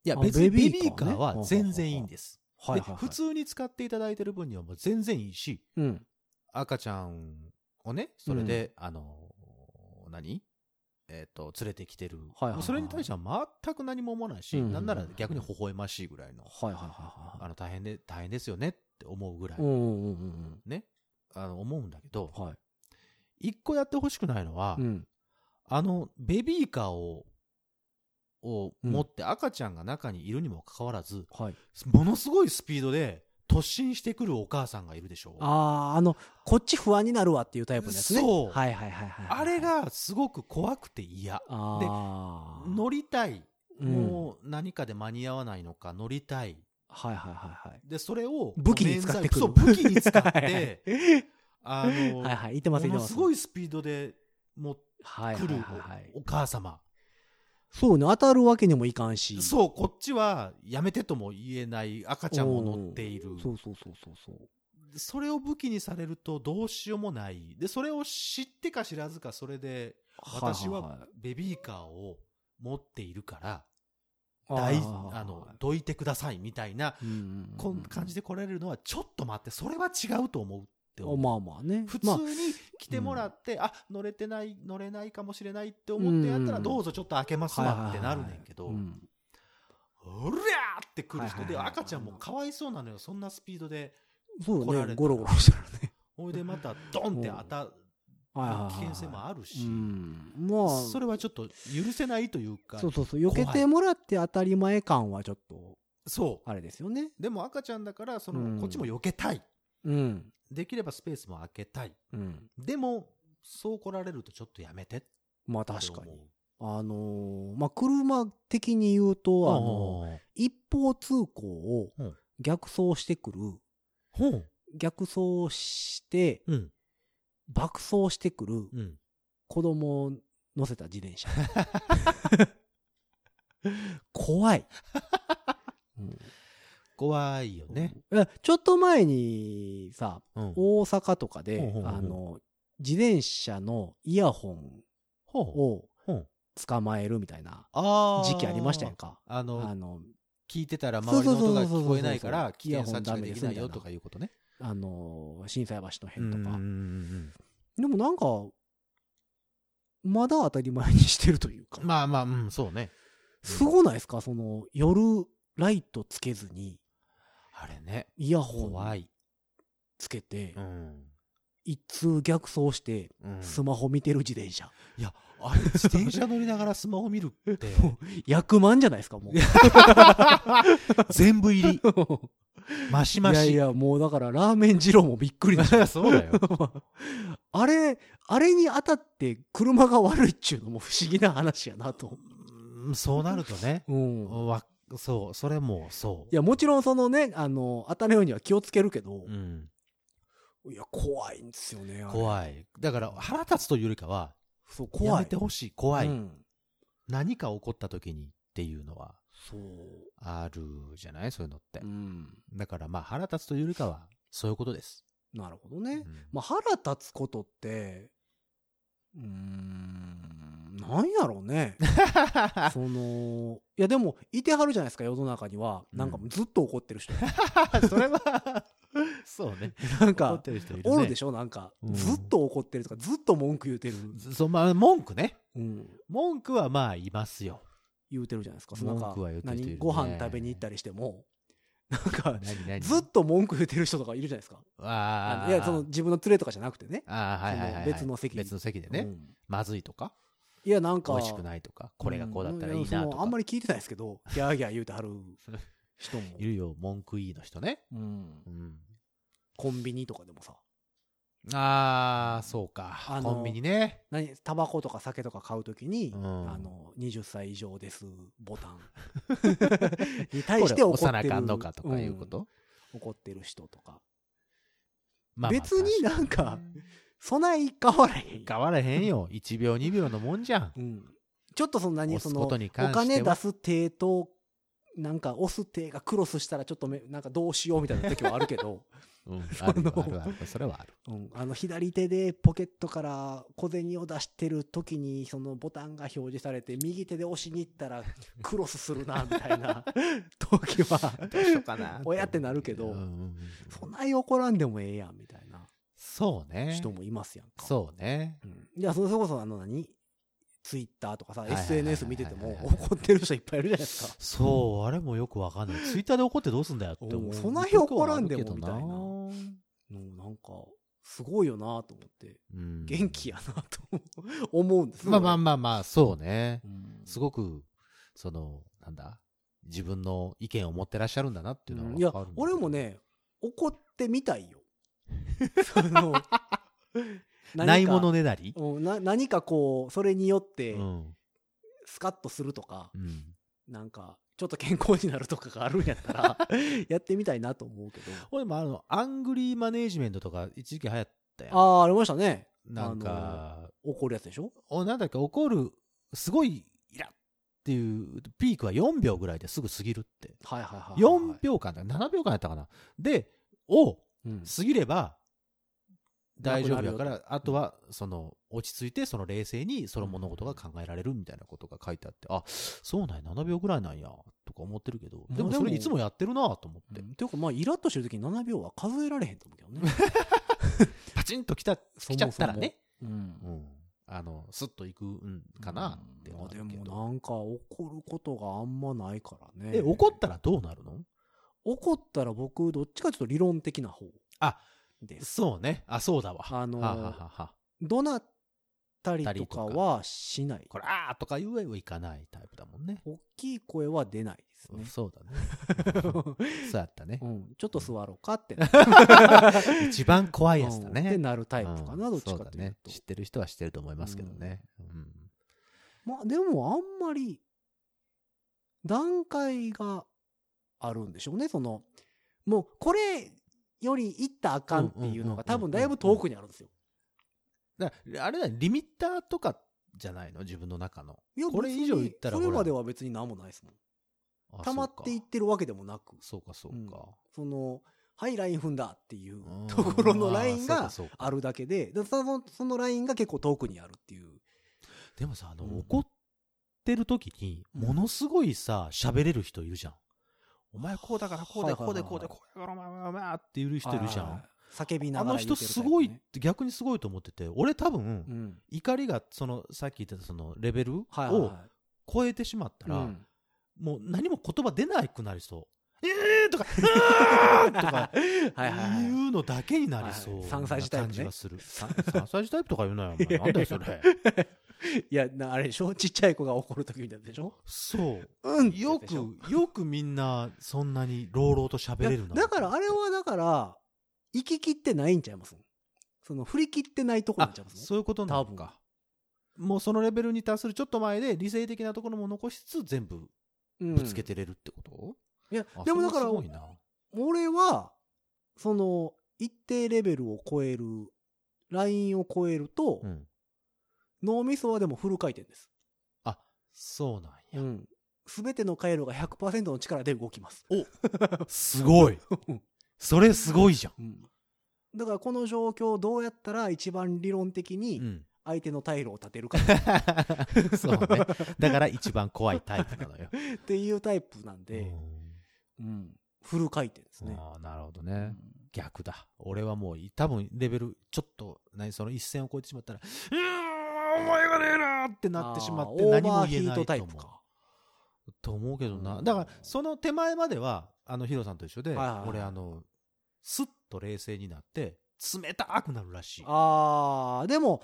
[SPEAKER 3] いや
[SPEAKER 2] あ
[SPEAKER 3] 別にベ
[SPEAKER 2] ベビー
[SPEAKER 3] ビーカ
[SPEAKER 2] カー
[SPEAKER 3] ー
[SPEAKER 2] ね
[SPEAKER 3] は全然いいんです、
[SPEAKER 2] はいはい
[SPEAKER 3] で
[SPEAKER 2] はい
[SPEAKER 3] 普通に使っていただいてる分にはもう全然いいし
[SPEAKER 2] うん、
[SPEAKER 3] 赤ちゃんをねそれで、あの何えっ、と連れてきてる、
[SPEAKER 2] はいはいはい
[SPEAKER 3] もうそれに対しては全く何も思わないし、
[SPEAKER 2] うんうんうん
[SPEAKER 3] なんなら逆に微笑ましいぐらいの、
[SPEAKER 2] はいはいはい
[SPEAKER 3] あ
[SPEAKER 2] はい
[SPEAKER 3] の大変で大変ですよねって思うぐらい、
[SPEAKER 2] うんうんうんうん
[SPEAKER 3] ねあの思うんだけど
[SPEAKER 2] うんはい
[SPEAKER 3] 一個やってほしくないのは、
[SPEAKER 2] うん
[SPEAKER 3] あのベビーカーをを
[SPEAKER 2] うん
[SPEAKER 3] 持って赤ちゃんが中にいるにもかかわらず、
[SPEAKER 2] はい
[SPEAKER 3] ものすごいスピードで突進してくるお母さんがいるでしょう
[SPEAKER 2] あああのこっち不安になるわっていうタイプのやつね
[SPEAKER 3] そう
[SPEAKER 2] はいはいはいはい
[SPEAKER 3] あれがすごく怖くて嫌
[SPEAKER 2] あー
[SPEAKER 3] 乗りたい、
[SPEAKER 2] うん
[SPEAKER 3] もう何かで間に合わないのか乗りたい
[SPEAKER 2] はいはいはいはい
[SPEAKER 3] でそれを
[SPEAKER 2] 武器に使ってくる
[SPEAKER 3] そう武器に使
[SPEAKER 2] *laughs*
[SPEAKER 3] っ
[SPEAKER 2] はいはい
[SPEAKER 3] てあの、
[SPEAKER 2] はいはい言ってます言ってま
[SPEAKER 3] もの
[SPEAKER 2] す
[SPEAKER 3] すご
[SPEAKER 2] い
[SPEAKER 3] いスピードでも
[SPEAKER 2] はいは
[SPEAKER 3] 来
[SPEAKER 2] い
[SPEAKER 3] る
[SPEAKER 2] はい
[SPEAKER 3] お母様、
[SPEAKER 2] そうね当たるわけにもいかんしう
[SPEAKER 3] そうこっちはやめてとも言えない赤ちゃんも乗っている
[SPEAKER 2] そうそうそうそうそう
[SPEAKER 3] それを武器にされるとどうしようもないでそれを知ってか知らずかそれで私
[SPEAKER 2] いい
[SPEAKER 3] はベビーカーを持っているから
[SPEAKER 2] は
[SPEAKER 3] 大
[SPEAKER 2] い
[SPEAKER 3] あのどいてくださいみたいな
[SPEAKER 2] うんうんうん
[SPEAKER 3] こん感じで来られるのはちょっと待ってそれは違うと思うって思う、
[SPEAKER 2] まあまあね
[SPEAKER 3] 普通
[SPEAKER 2] まあ
[SPEAKER 3] に来てもらって、あ乗れてない乗れないかもしれないって思ってやったら、
[SPEAKER 2] うん
[SPEAKER 3] どうぞちょっと開けますわってなるねんけど、
[SPEAKER 2] はいはいはいうん
[SPEAKER 3] うりゃーって来る
[SPEAKER 2] は
[SPEAKER 3] 人
[SPEAKER 2] いはい
[SPEAKER 3] で
[SPEAKER 2] はい
[SPEAKER 3] 赤ちゃんもかわいそうなのよそんなスピードで
[SPEAKER 2] そう
[SPEAKER 3] 来ら
[SPEAKER 2] だ
[SPEAKER 3] れたら
[SPEAKER 2] ねゴロゴロしてるね
[SPEAKER 3] ほいでまたドンって当たる
[SPEAKER 2] はいはいはい
[SPEAKER 3] 危険性もあるし、
[SPEAKER 2] うんまあ
[SPEAKER 3] それはちょっと許せないというか
[SPEAKER 2] そうそうそう
[SPEAKER 3] 怖い
[SPEAKER 2] 避けてもらって当たり前感はちょっと
[SPEAKER 3] そう
[SPEAKER 2] あれですよね
[SPEAKER 3] でも赤ちゃんだからその、
[SPEAKER 2] うん
[SPEAKER 3] こっちも避けたい
[SPEAKER 2] うん
[SPEAKER 3] できればスペースも開けたい
[SPEAKER 2] うん
[SPEAKER 3] でもそう来られるとちょっとやめてって
[SPEAKER 2] まあ
[SPEAKER 3] 思う
[SPEAKER 2] 確かにあのーまあ車的に言うとあの
[SPEAKER 3] ああ
[SPEAKER 2] 一方通行を
[SPEAKER 3] うん
[SPEAKER 2] 逆走してくる
[SPEAKER 3] ほう
[SPEAKER 2] 逆走して
[SPEAKER 3] うん
[SPEAKER 2] 爆走してくる
[SPEAKER 3] うん
[SPEAKER 2] 子供を乗せた自
[SPEAKER 3] *laughs*
[SPEAKER 2] 転車怖い、うん
[SPEAKER 3] 怖いよね。
[SPEAKER 2] えちょっと前にさ
[SPEAKER 3] うん
[SPEAKER 2] 大阪とか
[SPEAKER 3] ほう
[SPEAKER 2] で
[SPEAKER 3] ほうほうほう
[SPEAKER 2] あの自転車のイヤホン
[SPEAKER 3] ほう
[SPEAKER 2] を
[SPEAKER 3] ほう
[SPEAKER 2] 捕まえるみたいな
[SPEAKER 3] あー
[SPEAKER 2] 時期ありましたやんか
[SPEAKER 3] あ
[SPEAKER 2] あ
[SPEAKER 3] の、
[SPEAKER 2] の
[SPEAKER 3] 聞いてたら周りの音
[SPEAKER 2] そ
[SPEAKER 3] が
[SPEAKER 2] うそうそうそう
[SPEAKER 3] 聞こえないか
[SPEAKER 2] そうそう
[SPEAKER 3] ら
[SPEAKER 2] そう、
[SPEAKER 3] 危険
[SPEAKER 2] イヤホ
[SPEAKER 3] 察知が
[SPEAKER 2] ンダメ
[SPEAKER 3] で
[SPEAKER 2] で
[SPEAKER 3] き
[SPEAKER 2] す
[SPEAKER 3] な
[SPEAKER 2] み
[SPEAKER 3] い
[SPEAKER 2] たいな
[SPEAKER 3] よとかいうことね。
[SPEAKER 2] あの心斎橋の辺とか
[SPEAKER 3] うん
[SPEAKER 2] でもなんか、まだ当たり前にしてるというか。
[SPEAKER 3] まあまあ、うん、そうね。
[SPEAKER 2] すごないですかその、夜、ライトつけずに、
[SPEAKER 3] あれね。
[SPEAKER 2] イヤホ
[SPEAKER 3] 怖
[SPEAKER 2] ン
[SPEAKER 3] い。
[SPEAKER 2] つけて
[SPEAKER 3] う、ん。
[SPEAKER 2] 一通逆走して、
[SPEAKER 3] うん
[SPEAKER 2] スマホ見てる自転車。
[SPEAKER 3] いや、あれ、自転車乗りながらスマホ見る
[SPEAKER 2] *laughs*
[SPEAKER 3] って、
[SPEAKER 2] 役満じゃないですか、もう。
[SPEAKER 3] 全部入り、マシマ
[SPEAKER 2] いやい
[SPEAKER 3] シ。
[SPEAKER 2] や、もうだから、ラーメン二郎もびっくりだし
[SPEAKER 3] *laughs* そうだよ。
[SPEAKER 2] *laughs* あれ、あれに当たって車が悪いっちゅうのも不思議な話やなと。
[SPEAKER 3] うんそうなるとね、
[SPEAKER 2] うん。い
[SPEAKER 3] わ、そう、それもそう。
[SPEAKER 2] や、もちろんそのね、あの、当たるようには気をつけるけど
[SPEAKER 3] う、ん、
[SPEAKER 2] いや、怖いんですよね。あれ
[SPEAKER 3] 怖い。だから、腹立つというよりかは、
[SPEAKER 2] そう、怖い。
[SPEAKER 3] やめてほしい、怖い。
[SPEAKER 2] うん
[SPEAKER 3] 何か起こった時にっていうのは、
[SPEAKER 2] そう。
[SPEAKER 3] あるじゃないそういうのって
[SPEAKER 2] う。ん。
[SPEAKER 3] だから、まあ、腹立つというよりかは、そういうことです。
[SPEAKER 2] なるほど *laughs* ね。
[SPEAKER 3] うん
[SPEAKER 2] まあ、腹立つことって、うーん、なんやろう
[SPEAKER 3] *laughs*
[SPEAKER 2] ね。その、いや、でも、いてはるじゃないですか、世の中には。なんかもうずっと怒ってる人。
[SPEAKER 3] *laughs* それは、 *laughs* そうね。
[SPEAKER 2] なん
[SPEAKER 3] 怒
[SPEAKER 2] か
[SPEAKER 3] っ、てる人いる、ね。
[SPEAKER 2] おるで
[SPEAKER 3] し
[SPEAKER 2] しょなんか、
[SPEAKER 3] うん
[SPEAKER 2] ずっと怒ってるとか、ずっと文句言うてる。
[SPEAKER 3] そう、まあ、文句ね。
[SPEAKER 2] うん。
[SPEAKER 3] 文句はまあ、いますよ。
[SPEAKER 2] 言うてるじゃないですか。そのなん
[SPEAKER 3] 文句は言うて
[SPEAKER 2] か、
[SPEAKER 3] る人いる
[SPEAKER 2] 何ご
[SPEAKER 3] ね
[SPEAKER 2] 飯食べに行ったりしても、なんか、
[SPEAKER 3] 何何
[SPEAKER 2] ずっと文句言うてる人とかいるじゃないですか。あ
[SPEAKER 3] あ
[SPEAKER 2] の
[SPEAKER 3] あ。
[SPEAKER 2] いや、その、自分の連れとかじゃなくてね。
[SPEAKER 3] ああ、はいはいはいは
[SPEAKER 2] そ
[SPEAKER 3] い。
[SPEAKER 2] の別の席
[SPEAKER 3] 別の席でね。
[SPEAKER 2] うん
[SPEAKER 3] まずいとか、
[SPEAKER 2] いや、なん
[SPEAKER 3] 美
[SPEAKER 2] か、
[SPEAKER 3] 味しくないとか、これがこうだったらいい
[SPEAKER 2] うん
[SPEAKER 3] な
[SPEAKER 2] やそ
[SPEAKER 3] とか。
[SPEAKER 2] のあんまり聞いてないですけど、ギャーギャー言うてはる人も。
[SPEAKER 3] いるよ、文句いいの人ね。
[SPEAKER 2] うん
[SPEAKER 3] うん。
[SPEAKER 2] コンビニとかでもさ、
[SPEAKER 3] ああ、そうか。
[SPEAKER 2] あの
[SPEAKER 3] コンビニね。
[SPEAKER 2] 何、タバコとか酒とか買うときに、
[SPEAKER 3] うん
[SPEAKER 2] あの、20歳以上です、ボタン。 *laughs* に対して怒ってる。
[SPEAKER 3] これ押さなあかんのかとかいうこと、
[SPEAKER 2] うん怒ってる人とか。
[SPEAKER 3] まあまあ
[SPEAKER 2] 別になんか
[SPEAKER 3] 確にね
[SPEAKER 2] そない変わらへん。
[SPEAKER 3] 変わらへんよ。1秒、2秒のもんじゃん。
[SPEAKER 2] うん。ちょっとそんなに、
[SPEAKER 3] 押
[SPEAKER 2] そ
[SPEAKER 3] す
[SPEAKER 2] の、
[SPEAKER 3] こと
[SPEAKER 2] お
[SPEAKER 3] に関しては
[SPEAKER 2] 金出す手と、なんか押す手がクロスしたらちょっとめ、なんかどうしようみたいな時はあるけど、
[SPEAKER 3] うん、
[SPEAKER 2] その
[SPEAKER 3] あるよあるある。それはある。
[SPEAKER 2] うん、あの左手でポケットから小銭を出してる時にそのボタンが表示されて右手で押しに行った
[SPEAKER 3] *laughs*
[SPEAKER 2] らクロスするなみたいな時は
[SPEAKER 3] どうしようかな
[SPEAKER 2] 親ってなるけど
[SPEAKER 3] うんうんうん
[SPEAKER 2] そんなに怒らんでもええやんみたいな
[SPEAKER 3] そうね。
[SPEAKER 2] 人もいますやんか。
[SPEAKER 3] そうね。
[SPEAKER 2] うん、いやそれこそあの何ツイッターとかさ
[SPEAKER 3] はいはいはいはい
[SPEAKER 2] SNS 見てても怒ってる人いっぱいいるじゃないですか。
[SPEAKER 3] そう、あれもよくわかんない。ツイッターで怒ってどうすんだよって思
[SPEAKER 2] お
[SPEAKER 3] う。
[SPEAKER 2] うそんな日怒らんでも
[SPEAKER 3] 時はあるけど
[SPEAKER 2] うん、なんかすごいよなと思って
[SPEAKER 3] うん
[SPEAKER 2] 元気やなと思うんです
[SPEAKER 3] まあまあ
[SPEAKER 2] あ、
[SPEAKER 3] まあまあ、そうね。
[SPEAKER 2] うん
[SPEAKER 3] すごく、その、なんだ、自分の意見を持ってらっしゃるんだなっていうのは
[SPEAKER 2] う
[SPEAKER 3] わ
[SPEAKER 2] んいや
[SPEAKER 3] かるんだけど
[SPEAKER 2] 俺も、ね怒ってみたい
[SPEAKER 3] *laughs*
[SPEAKER 2] よその何か
[SPEAKER 3] ないものねだり。
[SPEAKER 2] うんな何かこうそれによって
[SPEAKER 3] うん。
[SPEAKER 2] スカッとするとか、
[SPEAKER 3] うん。
[SPEAKER 2] なんかちょっと健康になるとかがあるんやった
[SPEAKER 3] *laughs*
[SPEAKER 2] らやってみたいなと思うけど
[SPEAKER 3] 俺もあの、アングリーマネージメントとか一時期流行ったやん。
[SPEAKER 2] ああありましたね
[SPEAKER 3] なんか、
[SPEAKER 2] 怒るやつでしょ
[SPEAKER 3] おなんだっけ、怒る、すごい、イラッっていう、ピークは4秒ぐらいですぐ過ぎるって。
[SPEAKER 2] はいはいはいはい
[SPEAKER 3] 4秒間だ、7秒間やったかな。で、を
[SPEAKER 2] うん
[SPEAKER 3] 過ぎれば、大丈夫やか
[SPEAKER 2] な
[SPEAKER 3] ら、あとは、その、落ち着いて、その冷静に、その物事が考えられるみたいなことが書いてあって、あ、そうなんや、7秒ぐらいなんや、とか思ってるけど、でも
[SPEAKER 2] でも
[SPEAKER 3] それいつもやってるなと思っ
[SPEAKER 2] う
[SPEAKER 3] て、
[SPEAKER 2] んていうかまあイラッとしてる時に7秒は数えられへんと思うけどね、
[SPEAKER 3] パチンと来た、来ちゃったらね、
[SPEAKER 2] うん
[SPEAKER 3] うん、あの、スッと行くんかなって
[SPEAKER 2] うん
[SPEAKER 3] 思
[SPEAKER 2] ま
[SPEAKER 3] う
[SPEAKER 2] あ
[SPEAKER 3] け
[SPEAKER 2] で
[SPEAKER 3] ど。
[SPEAKER 2] もなんか怒ることがあんまないからね
[SPEAKER 3] え、怒ったらどうなるの
[SPEAKER 2] 怒ったら僕どっちかというと理論的な方
[SPEAKER 3] あ
[SPEAKER 2] です
[SPEAKER 3] そうね。あ、そうだわ。
[SPEAKER 2] あのー
[SPEAKER 3] はははは
[SPEAKER 2] 怒鳴ったりとかはしない
[SPEAKER 3] これ、あーとか言えはいかないタイプだもんね。
[SPEAKER 2] 大きい声は出ないですね、
[SPEAKER 3] そうだ
[SPEAKER 2] *laughs*
[SPEAKER 3] ね。そうやったね
[SPEAKER 2] う。ん、ちょっと座ろうかって
[SPEAKER 3] *laughs*
[SPEAKER 2] な
[SPEAKER 3] 一番怖いやつ
[SPEAKER 2] う
[SPEAKER 3] だ
[SPEAKER 2] んって
[SPEAKER 3] ね。
[SPEAKER 2] なるタイプかな、
[SPEAKER 3] うん
[SPEAKER 2] どっちか
[SPEAKER 3] そう
[SPEAKER 2] と
[SPEAKER 3] だ
[SPEAKER 2] いう
[SPEAKER 3] ね。
[SPEAKER 2] と
[SPEAKER 3] 知ってる人は知ってると思いますけどね。うん
[SPEAKER 2] まあでもあんまり段階があるんでしょうねそのもうこれより行ったらあかんっていうのが多分だいぶ遠くにあるんですよ
[SPEAKER 3] だからあれだ、リミッターとかじゃないの自分の中の。
[SPEAKER 2] いや
[SPEAKER 3] これ以上言ったら
[SPEAKER 2] 別にそれ
[SPEAKER 3] ほら
[SPEAKER 2] までは別に何もないですもん
[SPEAKER 3] あ
[SPEAKER 2] 溜まっていってるわけでもなく
[SPEAKER 3] そうか、そうか。
[SPEAKER 2] その、はい、ライン踏んだっていう
[SPEAKER 3] うん
[SPEAKER 2] ところのライン
[SPEAKER 3] あー
[SPEAKER 2] が
[SPEAKER 3] そうかそうか
[SPEAKER 2] あるだけで、でその、そのラインが結構遠くにあるっていう。
[SPEAKER 3] でもさ、あの、
[SPEAKER 2] うん
[SPEAKER 3] 怒ってる時に、
[SPEAKER 2] うん
[SPEAKER 3] ものすごいさ、喋れる人いるじゃん。お前こうだからこう
[SPEAKER 2] はい
[SPEAKER 3] で
[SPEAKER 2] はい
[SPEAKER 3] こ
[SPEAKER 2] は
[SPEAKER 3] う
[SPEAKER 2] いは
[SPEAKER 3] で
[SPEAKER 2] い
[SPEAKER 3] こうでこうだからお前お前お前って言う人いるじゃ
[SPEAKER 2] はい
[SPEAKER 3] ん。
[SPEAKER 2] 叫びな
[SPEAKER 3] あ
[SPEAKER 2] が
[SPEAKER 3] の
[SPEAKER 2] ら言うてるタイ
[SPEAKER 3] 人
[SPEAKER 2] プね
[SPEAKER 3] すごい、逆にすごいと思ってて、俺多
[SPEAKER 2] う
[SPEAKER 3] 分、
[SPEAKER 2] ん
[SPEAKER 3] 怒りが、その、さっき言ってたその、レベルを
[SPEAKER 2] はいはいはい
[SPEAKER 3] 超えてしまった
[SPEAKER 2] う
[SPEAKER 3] ら、
[SPEAKER 2] ん
[SPEAKER 3] もう何も言葉出なくなりそう。えーとか、 *laughs* うーんとか、
[SPEAKER 2] *laughs* はいはいはい
[SPEAKER 3] *laughs* 言うのだけになりそう
[SPEAKER 2] はい
[SPEAKER 3] な
[SPEAKER 2] 山菜時タイプ
[SPEAKER 3] 感
[SPEAKER 2] ね
[SPEAKER 3] じがする。さ山菜時タイプとか言うなよ、お前。なんだよ、それ。
[SPEAKER 2] いやなあれでしょ *laughs* ちっちゃい子が怒る時みたいでしょ
[SPEAKER 3] そう。
[SPEAKER 2] うん
[SPEAKER 3] よ
[SPEAKER 2] ってやつでし
[SPEAKER 3] く、よくみんな、そんなに、朗々と喋
[SPEAKER 2] ょ
[SPEAKER 3] れるな。
[SPEAKER 2] だからあれはだから行き切ってないんちゃいますその振り切ってないとこにな
[SPEAKER 3] あ
[SPEAKER 2] っちゃいます
[SPEAKER 3] そういうことな
[SPEAKER 2] 多
[SPEAKER 3] の
[SPEAKER 2] 分
[SPEAKER 3] か。もうそのレベルに達するちょっと前で、理性的なところも残しつつ、全部
[SPEAKER 2] うん
[SPEAKER 3] ぶつけてれるってこと、
[SPEAKER 2] いや
[SPEAKER 3] あ
[SPEAKER 2] でもだから
[SPEAKER 3] それはすごいな。
[SPEAKER 2] 俺はその一定レベルを超えるラインを超えると、
[SPEAKER 3] うん。
[SPEAKER 2] 脳みそはでもフル回転です、
[SPEAKER 3] あ、そうなん
[SPEAKER 2] う
[SPEAKER 3] や。
[SPEAKER 2] ん、全ての回路が100%の力で動きます、
[SPEAKER 3] すごい。それすごいじゃ
[SPEAKER 2] う
[SPEAKER 3] ん。
[SPEAKER 2] ん、だからこの状況をどうやったら一番理論的
[SPEAKER 3] う
[SPEAKER 2] に
[SPEAKER 3] ん。
[SPEAKER 2] 相手の退路を立てるか
[SPEAKER 3] *laughs* そうね。 *laughs* だから一番怖いタイプなのよ。
[SPEAKER 2] *laughs* っていうタイプなん
[SPEAKER 3] う
[SPEAKER 2] で、
[SPEAKER 3] ん
[SPEAKER 2] うん、フル回転ですね、
[SPEAKER 3] ああ、なるほど
[SPEAKER 2] う
[SPEAKER 3] ね
[SPEAKER 2] ん。
[SPEAKER 3] 逆だ。俺はもう、多分レベル、ちょっと、何、その一線を超えてしまったら、うーん、お前がねえなーってなってしまって、
[SPEAKER 2] あー
[SPEAKER 3] 何も言
[SPEAKER 2] オーバーヒー
[SPEAKER 3] えな
[SPEAKER 2] ト
[SPEAKER 3] い
[SPEAKER 2] タ
[SPEAKER 3] と
[SPEAKER 2] イ
[SPEAKER 3] 思
[SPEAKER 2] プか
[SPEAKER 3] う。と思うけど
[SPEAKER 2] う
[SPEAKER 3] な。
[SPEAKER 2] ん
[SPEAKER 3] だから、その手前までは、あの、ヒロさんと一緒で、
[SPEAKER 2] はいはいはい
[SPEAKER 3] 俺、あの、スッと冷静になって、冷たくなるらしい。
[SPEAKER 2] あーでも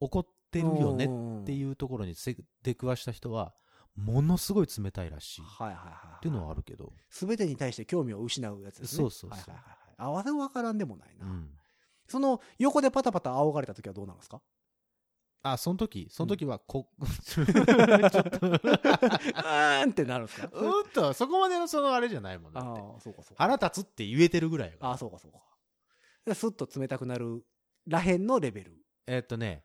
[SPEAKER 3] 怒ってるよね
[SPEAKER 2] っ
[SPEAKER 3] って
[SPEAKER 2] う
[SPEAKER 3] いうところにせ出くわした人は、ものすごい冷たいらしい。
[SPEAKER 2] ん
[SPEAKER 3] っ
[SPEAKER 2] はいはいはい、
[SPEAKER 3] ていうのはあるけど。
[SPEAKER 2] 全てに対して興味を失うやつですね。
[SPEAKER 3] そうそうそう
[SPEAKER 2] はいはいはいはい。合わせ分からんでもないな。
[SPEAKER 3] うん。
[SPEAKER 2] その横でパタパタ仰がれた時はどうなんですか
[SPEAKER 3] *laughs* あ、その時、その時
[SPEAKER 2] *laughs*
[SPEAKER 3] はこ、ちょっと、
[SPEAKER 2] うーんってなるんですか
[SPEAKER 3] うっと、そこまでのそのあれじゃないもん
[SPEAKER 2] ああ
[SPEAKER 3] だって。、
[SPEAKER 2] そうかそうか。
[SPEAKER 3] 腹立つって言えてるぐらいやから
[SPEAKER 2] ああ、そうかそうか。でスッと冷たくなるらへんのレベル。
[SPEAKER 3] えーっとね、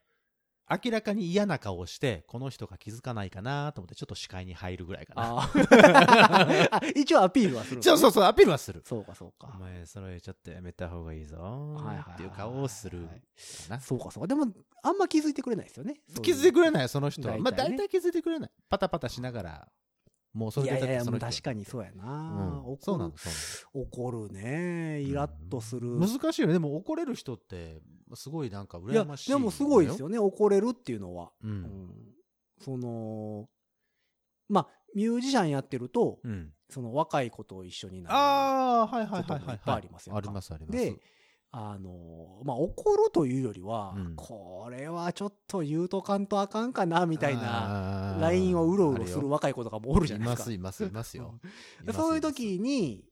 [SPEAKER 3] 明らかに嫌な顔をして、この人が気づかないかなと思って、ちょっと視界に入るぐらいかな。
[SPEAKER 2] あーあ。一応アピールはするんだ
[SPEAKER 3] そ
[SPEAKER 2] ね、
[SPEAKER 3] うそうそう、アピールはする。
[SPEAKER 2] そうかそう
[SPEAKER 3] お
[SPEAKER 2] か。
[SPEAKER 3] 前、それちょっとやめた方がいいぞ
[SPEAKER 2] はいはいはい
[SPEAKER 3] ーっていう顔をするかな。
[SPEAKER 2] そうかそうか。でも、あんま気づいてくれないですよね。
[SPEAKER 3] 気づいてくれ
[SPEAKER 2] い
[SPEAKER 3] ない、その人は。
[SPEAKER 2] 大体ね
[SPEAKER 3] まあ、大体気づいてくれない。パタパタしながら、もうそ
[SPEAKER 2] い
[SPEAKER 3] れ
[SPEAKER 2] やいやいや、も
[SPEAKER 3] その
[SPEAKER 2] う
[SPEAKER 3] 人
[SPEAKER 2] 確かにそうやな。
[SPEAKER 3] うん
[SPEAKER 2] 怒る
[SPEAKER 3] そうなの、そう
[SPEAKER 2] 怒るね。イラッとする。
[SPEAKER 3] なの。難しいよね。でも怒れる人って、すごいなんか
[SPEAKER 2] いや
[SPEAKER 3] 羨ましい。
[SPEAKER 2] でもすごいです。よね怒れるっていうのは、
[SPEAKER 3] う。
[SPEAKER 2] うんんそのまあミュージシャンやってると
[SPEAKER 3] うん。
[SPEAKER 2] その若い子と一緒になる
[SPEAKER 3] ああ、はいはいはい
[SPEAKER 2] こと
[SPEAKER 3] は
[SPEAKER 2] もい
[SPEAKER 3] い
[SPEAKER 2] っ。ぱいありますよ
[SPEAKER 3] ありますあります。
[SPEAKER 2] であのまあ怒るというよりは、
[SPEAKER 3] うん
[SPEAKER 2] これはちょっと言うとかんとあかんかなみ
[SPEAKER 3] み
[SPEAKER 2] たいなラインをうろうろする若い子とかもおるじゃないですか。
[SPEAKER 3] いますいますいますよ。
[SPEAKER 2] *laughs* でそういう時に